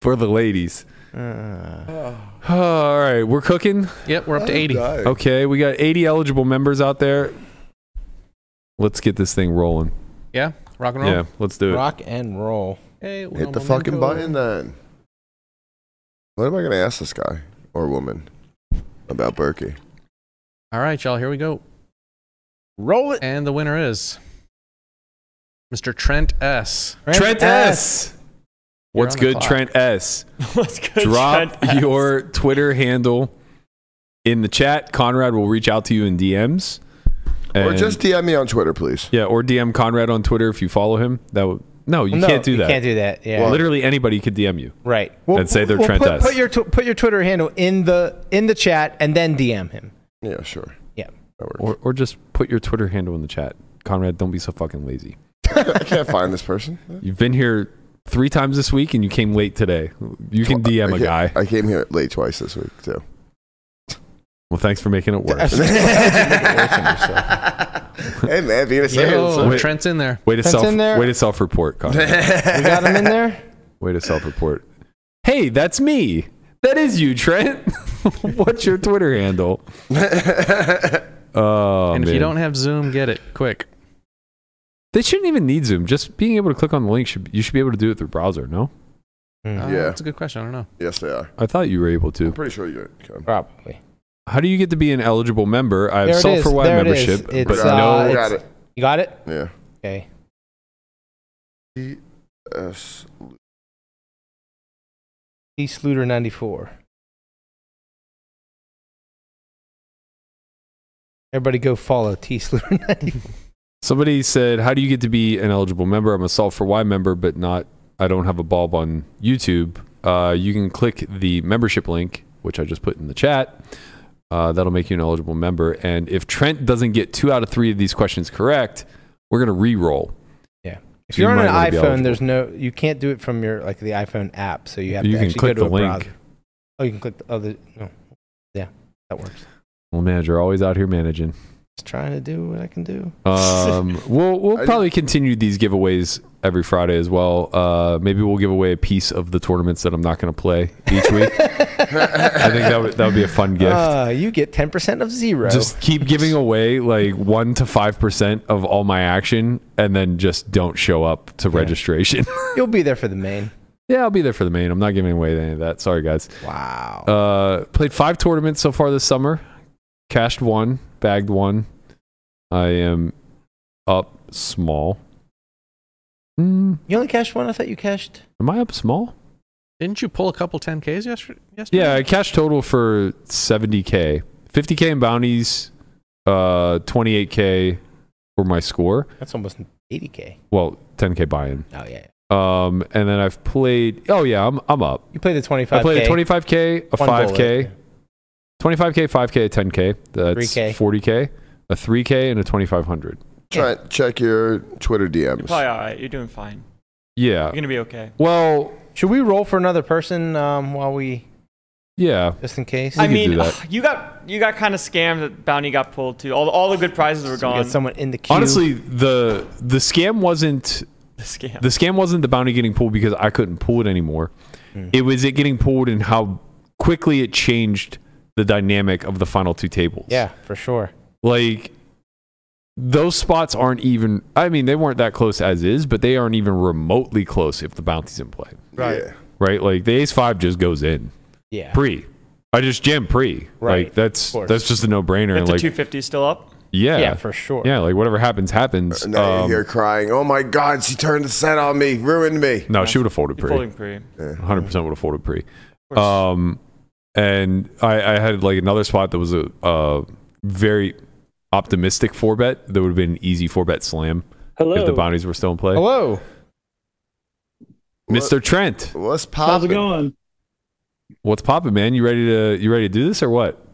For the ladies. [LAUGHS] [SIGHS] Uh, All right, we're cooking. Yep, we're up to 80. Okay. Okay, we got 80 eligible members out there. Let's get this thing rolling. Yeah, rock and roll. Yeah, let's do it. rock and roll. Hey, we're Hit on the fucking button Memento. then. What am I gonna ask this guy or woman about Berkey? All right, y'all. Here we go. Roll it. And the winner is Mr. Trent S. Trent S. You're What's on the good, clock. Trent S? [LAUGHS] Let's go Drop Trent S. your Twitter handle in the chat. Conrad will reach out to you in DMs. Or And- just DM me on Twitter, please. yeah, or DM Conrad on Twitter if you follow him. That would, no, you No, can't do that. You can't do that. Yeah. Literally anybody could DM you. Right. Well, And say they're well, Trent put, S. Put your tw- put your Twitter handle in the in the chat and then DM [LAUGHS] him. Yeah, sure. Yeah. That works. Or or just put your Twitter handle in the chat. Conrad, don't be so fucking lazy. [LAUGHS] I can't find this person. You've been here three times this week and you came late today. You [LAUGHS] can DM I a ca- guy. I came here late twice this week too. [LAUGHS] Well, thanks for making it worse. [LAUGHS] Hey man, if you're gonna say it, it's Yo, Wait. Trent's in there. Way to That's self in there. way to self report, Connor. We got him in [LAUGHS] there. way to self report. Hey, that's me. That is you, Trent. [LAUGHS] What's your Twitter handle? Oh, and if man. you don't have Zoom, get it quick. they shouldn't even need Zoom. Just being able to click on the link should you should be able to do it through browser. No, Mm-hmm. Uh, Yeah. That's a good question. I don't know. [LAUGHS] yes, they are. I thought you were able I'm to. pretty sure you can. Probably. How do you get to be an eligible member? I have There it self is. for Y There it is. membership, We It's, but uh, no. we it's- got it. You got it. Yeah. Okay. Yes. D Sluter ninety four. Everybody go follow T [LAUGHS] Sluter ninety [LAUGHS] four. Somebody said, "How do you get to be an eligible member? I'm a Solve for Y member, but not. I don't have a bulb on YouTube. Uh, you can click the membership link, which I just put in the chat. Uh, that'll make you an eligible member. And if Trent doesn't get two out of three of these questions correct, we're gonna re-roll. If So you're you on might an wanna be iPhone, eligible. there's no you can't do it from your like the iPhone app, so you have You to can actually click go to the a link. browser. Oh, you can click the other. No. Yeah, that works. Well, manager always out here managing. Just trying to do what I can do. Um, we'll I- we'll probably continue these giveaways every Friday as well. Uh, maybe we'll give away a piece of the tournaments that I'm not going to play each week. I think that would that would be a fun gift. Uh, you get 10% of zero. just keep giving away like one to five percent of all my action, and then just don't show up to registration. [LAUGHS] [LAUGHS] You'll be there for the main. yeah, I'll be there for the main. I'm not giving away any of that. Sorry, guys. Wow. Uh, played five tournaments so far this summer. Cashed one, bagged one. I am up small. Hmm, you only cashed one? I thought you cashed. am I up small? Didn't you pull a couple 10Ks yesterday? yesterday? Yeah, I cashed total for 70k, 50k in bounties, uh, 28k for my score. That's almost 80K. Well, 10k buy-in. Oh, yeah. Um, and then I've played. Oh yeah, I'm I'm up. You played the 25K. I played a 25k, a one 5k, bullet. 25k, 5k, 10k. That's 3K. 40k, a 3k, and a 2500. Try check your Twitter [LAUGHS] You're DMs. probably all right. You're doing fine. Yeah. You're gonna be okay. Well, Should we roll for another person um, while we, yeah. just in case? I could do mean, that. [SIGHS] you got you got kind of scammed. That bounty got pulled too. All all the good prizes were So we gone. got someone in the queue. Honestly, the the scam wasn't the [LAUGHS] scam. the scam wasn't the bounty getting pulled because I couldn't pull it anymore. Mm. It was it getting pulled and how quickly it changed the dynamic of the final two tables. yeah, for sure. Like those spots aren't even I mean, they weren't that close as is, but they aren't even remotely close if the bounty's in play. Right. Yeah. Right? Like the ace five just goes in. Yeah. Pre. I just jam pre. Right. Like that's Of course. that's just a no brainer. if And the like 250 is still up, yeah. yeah, for sure. Uh, Yeah, like whatever happens, happens. And Um, now you hear crying, oh my God, she turned the set on me, ruined me. no, she would have folded you're pre. folding pre. Hundred percent would have folded pre. Of course. Um, and I, I had like another spot that was a, a very optimistic four bet that would have been an easy four bet slam Hello. if the bounties were still in play. Hello. Mr. Trent, What's How's popping? it going? what's popping, man? You ready to you ready to do this or what?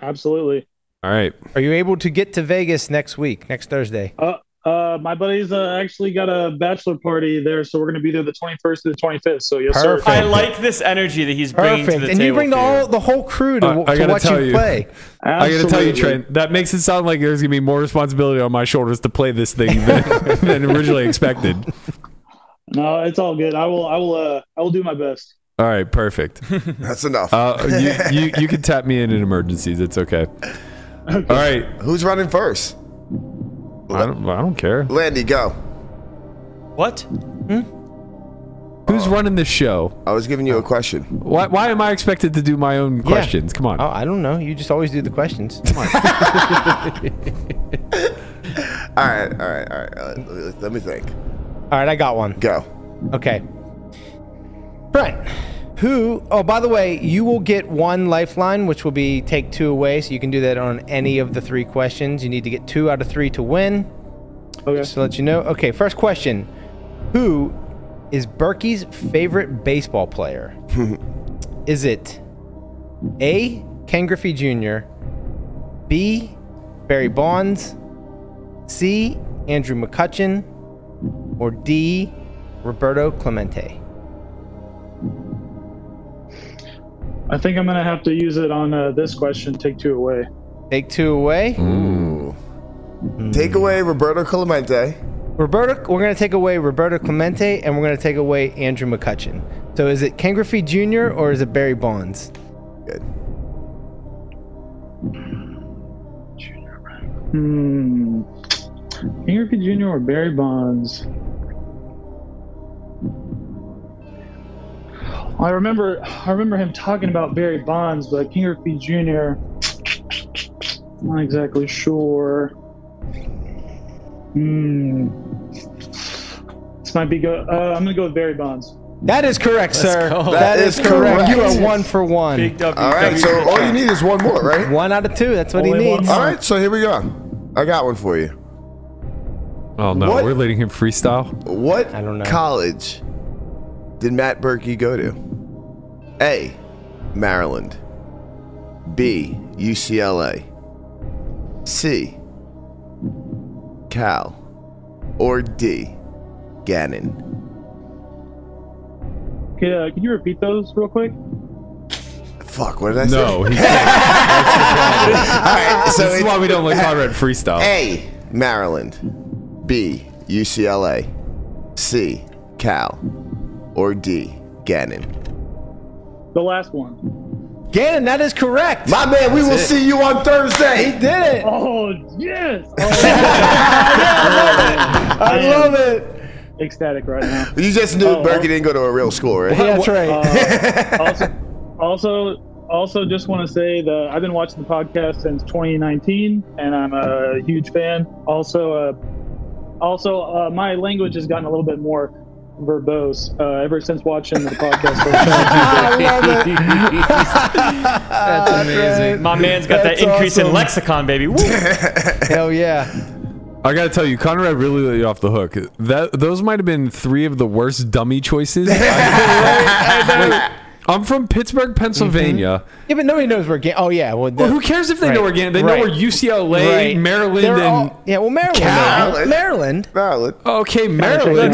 Absolutely. All right, Are you able to get to Vegas next week, next Thursday? Uh, uh, my buddies uh, actually got a bachelor party there, so we're going to be there the 21st to the 25th. So yes, sir. [LAUGHS] Perfect. I like this energy that he's bringing Perfect. to the and table. you bring the, too. all, the whole crew to, I- I to gotta watch tell you, you. play. I got to tell you, Absolutely. Trent, that makes it sound like there's gonna be more responsibility on my shoulders to play this thing than, [LAUGHS] than originally expected. No, it's all good. I will. I will. Uh, I will do my best. All right, perfect. That's enough. Uh, you, you you can tap me in in emergencies. It's [LAUGHS] okay. All right, Who's running first? I don't I don't care. Landy, go. what? Who's running this show? I was giving you a question. Why, why am I expected to do my own questions? Come on. Oh, I don't know. You just always do the questions. [LAUGHS] All right, all right, all right. Uh, let- let me think. All right, I got one. Go. Okay. Brent, who, oh, by the way, you will get one lifeline, which will be take two away. So you can do that on any of the three questions. You need to get two out of three to win. Okay. Just to let you know. Okay, first question Who is Berkey's favorite baseball player? is it A. Ken Griffey Jr., B. Barry Bonds, C. Andrew McCutcheon, or D. Roberto Clemente? I think I'm going to have to use it on uh, this question. Take two away. Take two away. Hmm. Take away Roberto Clemente. Roberto, we're going to take away Roberto Clemente and we're going to take away Andrew McCutcheon. So is it Ken Griffey Jr. or is it Barry Bonds? Good. Hmm. Henry Jr. or Barry Bonds? I remember, I remember him talking about Barry Bonds, but King Griffey Jr. Not exactly sure. Hmm. This might be good. Uh, I'm gonna go with Barry Bonds. That is correct, sir. That is correct. You are one for one. Big W. E. All right, W so for all you Trent. need is one more, right? One out of two. That's what he Only one needs. All right, so here we go. I got one for you. oh no, What? we're letting him [LAUGHS] freestyle. What I don't know. college did Matt Berkey go to? A. Maryland. B. UCLA. C. Cal. Or D. Gannon. Okay, uh, can you repeat those real quick? Fuck, what did I say? No, [LAUGHS] he said, All right, [LAUGHS] so this is it's why we don't [LAUGHS] let Conrad freestyle. A. Maryland, B. UCLA, C. Cal, or D. Gannon. The last one. Gannon, that is correct. My man, we will see you on Thursday. Did it? Oh yes! Oh, I I love it. Ecstatic right now. You just knew Oh, Berkey oh. didn't go to a real school, right? [LAUGHS] Yeah, that's right. Uh, also, also, also, just want to say that I've been watching the podcast since 2019, and I'm a huge fan. Also, uh, also, uh, my language has gotten a little bit more verbose uh, ever since watching the podcast. [LAUGHS] That's amazing. My man's got that That's increase in awesome. lexicon, baby. [LAUGHS] Woo! Hell yeah. I gotta tell you, Conrad really let you off the hook. That those might have been three of the worst dummy choices. [LAUGHS] I'm from Mm-hmm. Pittsburgh, Pennsylvania. Yeah, but nobody knows where Gannon. Oh yeah. Well, Well, the- who cares if they know Right. where Gan- They Right. know where UCLA, Right. Maryland, They're and Oh, all- yeah, well, Maryland. Cal. maybe. Maryland. Maryland. okay, Maryland.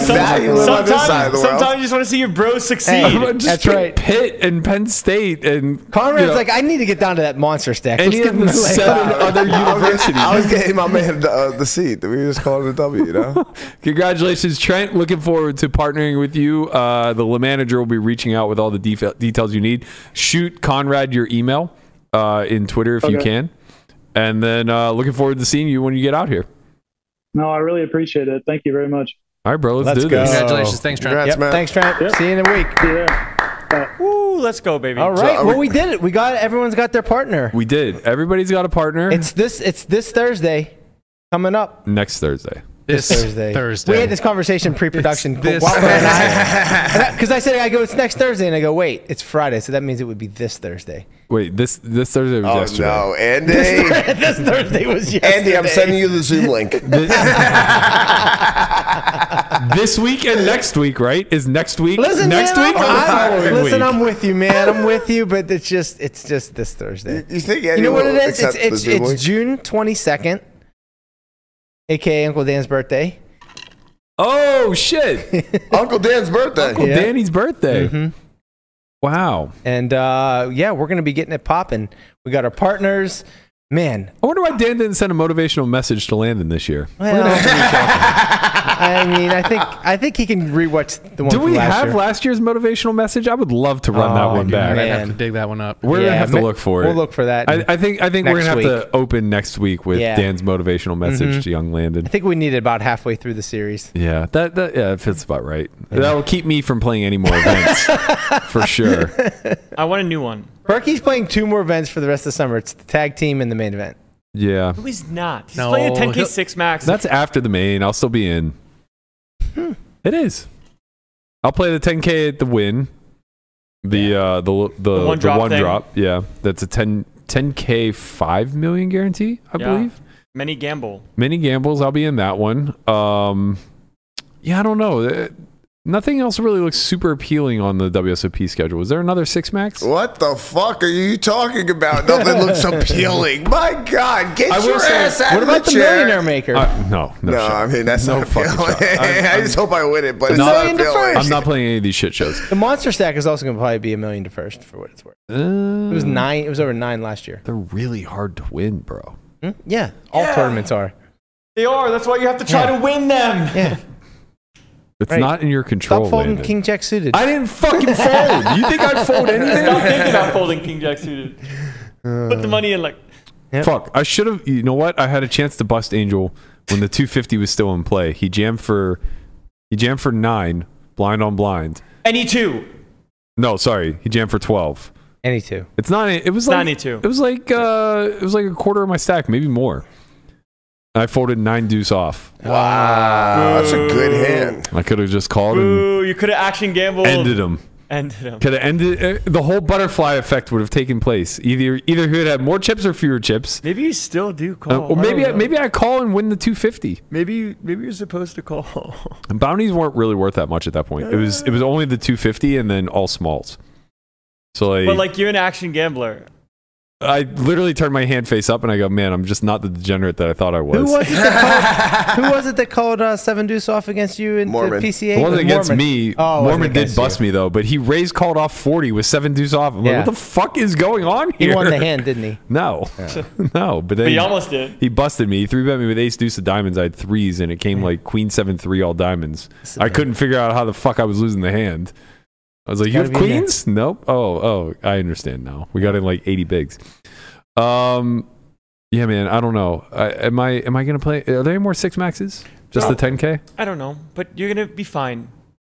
[LAUGHS] Exactly. Some- Exactly. Live on this side of the Sometimes, world. sometimes you just want to see your bros succeed. Hey. just That's pick right. Pitt and Penn State and Conrad's you know, like, I need to get down to that monster stack. Let's any give of him the a leg. seven other [LAUGHS] I was, universities. getting, I was getting my man the, uh, the seat. We were just calling it a W, you know? Congratulations, Trent. Looking forward to partnering with you. Uh, the Le manager will be reaching out with all the defa- details you need. Shoot Conrad your email uh, in Twitter if you Okay. can. And then uh, looking forward to seeing you when you get out here. no, I really appreciate it. Thank you very much. All right, bro. Let's, Let's do go. this. Congratulations. Thanks, Trent. Congrats, Yep. man. Thanks, Trent. Yep. See you in a week. See you there. Woo! Let's go, baby. All right. are well, we- we did it. We got everyone's got their partner. We did. Everybody's got a partner. It's this. It's this Thursday, coming up. next Thursday. This Thursday. Thursday. We had this conversation pre-production. It's this Because I said I go, it's next Thursday, and I go, wait, it's Friday, so that means it would be this Thursday. Wait, this this Thursday was Oh, yesterday. no. Andy. [LAUGHS] this Thursday was [LAUGHS] yesterday. Andy, I'm sending you the Zoom link. [LAUGHS] This week and next week, right? Is next week Listen, next man, week I'm, or the I'm- following listen, week? I'm with you, man. I'm with you, but it's just, it's just this Thursday. You think You Andy know what will it is? It's accept it's, the Zoom link? it's June 22nd, aka Uncle Dan's birthday. oh [LAUGHS] shit! Uncle Dan's birthday. Uncle Yeah. Mm-hmm. Danny's birthday. Wow. And uh, yeah, we're gonna be getting it popping. We got our partners, man. I wonder why Dan didn't send a motivational message to Landon this year. Well, I [LAUGHS] mean, I think I think he can rewatch the one. Do from we last have year. last year's motivational message? I would love to run that Oh, one All back. right, I'd man. have to dig that one up. We're Yeah, gonna have to ma- look for it. We'll look for that. I, I think I think we're Next gonna have week. to open next week with Yeah. Mm-hmm. Dan's motivational message to young Landon. I think we need it about halfway through the series. Yeah, that, that yeah, it fits about right. That'll keep me from playing any more [LAUGHS] events for sure. I want a new one. Berkey's playing two more events for the rest of the summer. It's the tag team and the main event. Yeah, No, he's not. He's No, playing a he'll- 10k6 max. that's after the main. I'll still be in. It is. I'll play the 10k at the win. The uh the the, the one one, drop drop, thing. Yeah, that's a 10 10k five million guarantee. I Yeah. believe. many gamble. Mini gambles, I'll be in that one. Um, yeah, I don't know. Uh, Nothing else really looks super appealing on the WSOP schedule. Is there another six max? What the fuck are you talking about? Nothing looks appealing. My God, get I will your say, ass out What of about the the chair. millionaire maker? Uh, no, no, No, shot. I mean that's No not fucking appealing. shot. [LAUGHS] I, I'm- just hope I win it, but it's No. not Million to [LAUGHS] appealing. I'm not playing any of these shit shows. the monster stack is also going to probably be a million to first for what it's worth. Uh, It was nine. It was over nine last year. They're really hard to win, bro. Hmm? Yeah, all Yeah. tournaments are. They are. That's why you have to try Yeah. to win them. Yeah, It's Right. not in your stop control. folding Landon. King Jack suited. I didn't fucking fold. You think I'd fold Stop anything? thinking about folding King Jack suited. Put the money in like. Fuck. I should have. You know what? I had a chance to bust Angel when the 250 was still in play. He jammed for, he jammed for nine, blind on blind. Any two. No, sorry, he jammed for twelve. Any two. It's not. It was like 92. It was like uh, it was like a quarter of my stack, maybe more. I folded nine deuce off. Wow, that's a good hand. I could have just called and Ooh, you could have action gambled. ended him. Ended him. Could have ended uh, the whole butterfly effect would have taken place. Either either he would have more chips or fewer chips, Maybe you still do Uh, call. or Oh, I maybe don't I, know. maybe I call and win the 250. maybe you- maybe you're supposed to call. And bounties weren't really worth that much at that point. It was it was only the 250 and then all smalls. So like, but like you're an action gambler. I literally turned my hand face up and I go, man, I'm just not the degenerate that I thought I was. Who was it that called, who was it that called uh, Seven Deuce off against you in Mormon. the PCA? It wasn't Mormon. against me. Oh, it wasn't Mormon did against bust me though, but he raised called off 40 with seven deuce off. I'm Yeah. like, what the fuck is going on He here? won the hand, [LAUGHS] didn't he? No, no. But then But you almost did. he busted me. He three bet me with ace deuce of diamonds. I had threes, and it came like queen seven three all diamonds. I couldn't figure out how the fuck I was losing the hand. I was like, you Gotta have be in there. queens? Nope. Oh, oh, I understand now. We got in like eighty bigs. Um, yeah, man. I don't know. I, am I am I gonna play? Are there any more six maxes? Just the No. ten k? I don't know, but you're gonna be fine.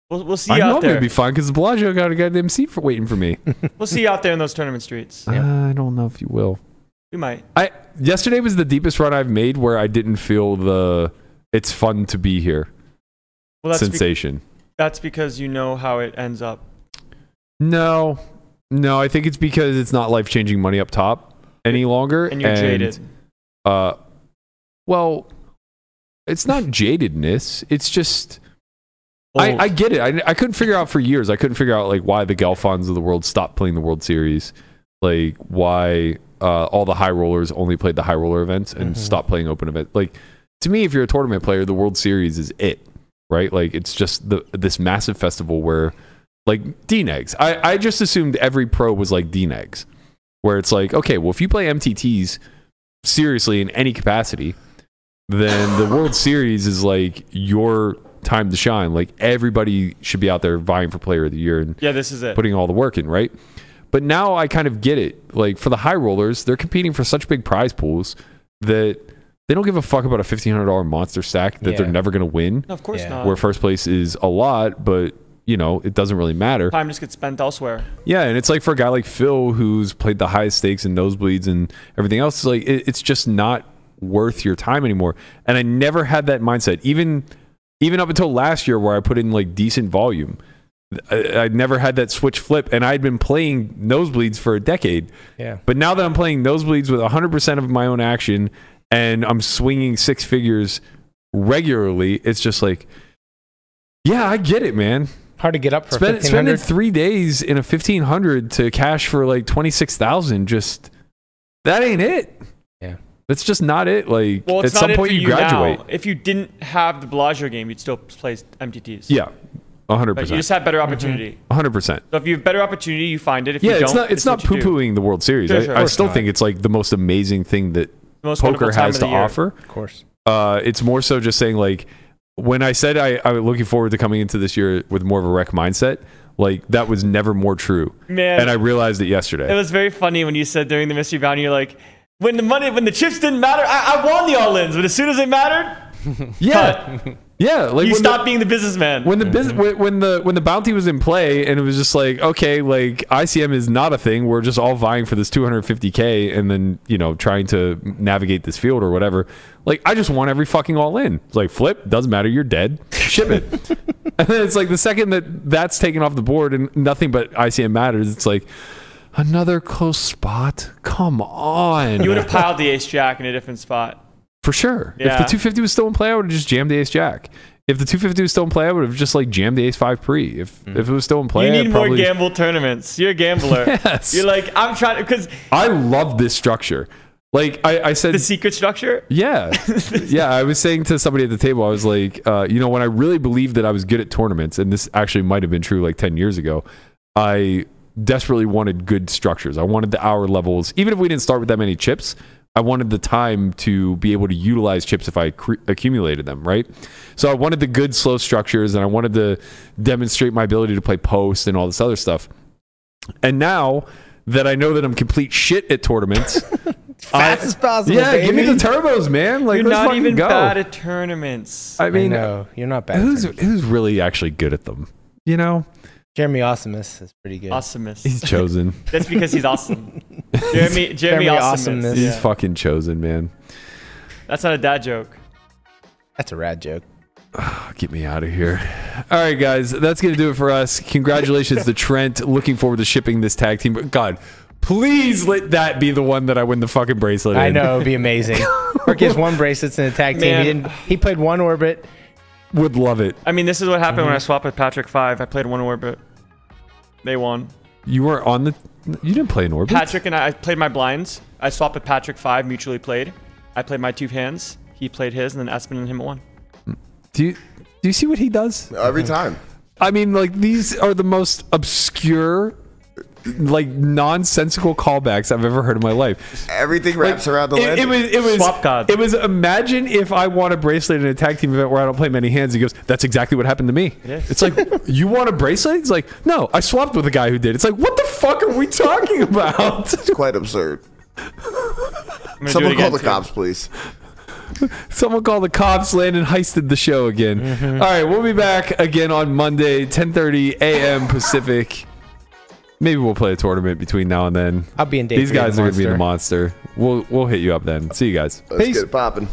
We'll, we'll see I you know out I'm gonna there. be fine because Bellagio got a goddamn seat for waiting for [LAUGHS] me. we'll see you out there in those tournament streets. I don't know if you will. We might. I yesterday was the deepest run I've made where I didn't feel the it's fun to be here Well, that's, be- sensation. that's because you know how it ends up. no, no, I think it's because it's not life changing money up top any longer, And you're jaded. Uh, well, it's not jadedness. It's just I, Old. I get it. I, I couldn't figure out for years. I couldn't figure out like why the Galfons of the world stopped playing the World Series, like why uh, all the high rollers only played the high roller events and stopped playing open events. Like to me, if you're a tournament player, the World Series is it, right? Like it's just the this massive festival where like D-Negs. I I just assumed every pro was like D-Negs, where it's like okay, well if you play MTTs seriously in any capacity, then the World Series is like your time to shine. Like everybody should be out there vying for player of the year and yeah, this is it. putting all the work in, right? But now I kind of get it. Like for the high rollers, they're competing for such big prize pools that they don't give a fuck about a fifteen hundred dollar monster stack that they're Yeah. never gonna win. No, of course Yeah. not. Where first place is a lot, but you know, it doesn't really matter. Time just gets spent elsewhere. Yeah, and it's like for a guy like Phil who's played the highest stakes and nosebleeds and everything else, it's like it, it's just not worth your time anymore. And I never had that mindset, even even up until last year where I put in like decent volume. I, I never had that switch flip, and I'd been playing nosebleeds for a decade. Yeah. But now that I'm playing nosebleeds with 100% of my own action, and I'm swinging six figures regularly, it's just like, yeah, I get it, man. Hard to get up for Spend, fifteen spending hundred. three days in a fifteen hundred to cash for like twenty six thousand, just that ain't it. Yeah. that's just not it. Like Well, at it's not some it point for you, you graduate. Now. If you didn't have the Bellagio game, you'd still play MTTs. Yeah, one hundred But you just percent, have better opportunity. one hundred percent. So if you have better opportunity, you find it. If Yeah, you don't, it's not it's not what poo you do. pooing the World Series. Sure, I- sure. Of I, course still not. think it's like the most amazing thing that The most wonderful poker time has of to the year. offer. Of course. Uh, it's more so just saying like when I said I, I was looking forward to coming into this year with more of a rec mindset. Like that was never more true, Man. and I realized it yesterday. It was very funny when you said during the mystery bound, you're like, when the money, when the chips didn't matter, I, I won the all ins, but as soon as it mattered, uh, [LAUGHS] yeah, yeah. Like you when the- stopped being the businessman. when the business when, when the when the bounty was in play and it was just like okay like ICM is not a thing we're just all vying for this 250k and then you know trying to navigate this field or whatever like I just want every fucking all in it's like flip doesn't matter you're dead ship it [LAUGHS] and then it's like the second that that's taken off the board and nothing but ICM matters it's like another close spot come on [LAUGHS] you would have piled the ace jack in a different spot. for sure. If Yeah. the 250 was still in play, I would have just jammed the ace jack. If the 250 was still in play, I would have just like jammed the ace five pre. If if it was still in play, Mm-hmm. you I'd need more probably- gamble tournaments. You're a gambler. [LAUGHS] Yes. You're like, I'm trying, because I love this structure. Like I, I said, the secret structure, yeah, yeah. I was saying to somebody at the table, I was like, uh, you know, when I really believed that I was good at tournaments, and this actually might have been true like 10 years ago, I desperately wanted good structures. I wanted the hour levels, even if we didn't start with that many chips. I wanted the time to be able to utilize chips if I cr- accumulated them, right? So I wanted the good slow structures, and I wanted to demonstrate my ability to play post and all this other stuff. And now that I know that I'm complete shit at tournaments, Fast as possible. yeah, give me baby. the turbos, man. Like, you're let's not fucking even go. bad at tournaments. I I mean, know. You're not bad. who's Jeremy. who's really actually good at them? You know, Jeremy Awesomeness is pretty good. [LAUGHS] Awesomeness. he's chosen. That's because [LAUGHS] he's awesome. Jeremy, Jeremy, Jeremy awesomeness. Awesomeness. He's Yeah. fucking chosen, man. That's not a dad joke. That's a rad joke. Get me out of here. All right, guys, that's gonna do it for us. Congratulations to Trent. Looking forward to shipping this tag team. But God, please let that be the one that I win the fucking bracelet. I in. [LAUGHS] know it'd be amazing. Mark has one bracelets in a tag team. Man. He didn't. He played one orbit. Would love it. Mm-hmm. I mean, this is what happened when I swapped with Patrick Five. I played one orbit. They won. You weren't on the. You didn't play in orbit. Patrick and I, I played my blinds. I swapped with Patrick five, mutually played. I played my two hands. He played his, and then Espen and him won. Do you do you see what he does? [LAUGHS] Every time. I mean, like these are the most obscure, like nonsensical callbacks I've ever heard in my life. Everything wraps around the It, it was landing. it was Swap God. It was imagine if I won a bracelet in a tag team event where I don't play many hands. He goes, "That's exactly what happened to me." It's like you want a bracelet. It's like no, I swapped with a guy who did. It's like what the fuck are we talking about? [LAUGHS] It's quite absurd. I'm gonna do it Someone call again the too. cops, please. Someone called the cops. Landon heisted the show again. Mm-hmm. All right, we'll be back again on Monday, 10:30 a.m. Pacific. Maybe we'll play a tournament between now and then. I'll be in day These three of guys the are gonna be the Monster. monster. We'll we'll hit you up then. See you guys. Let's Peace. get it popping.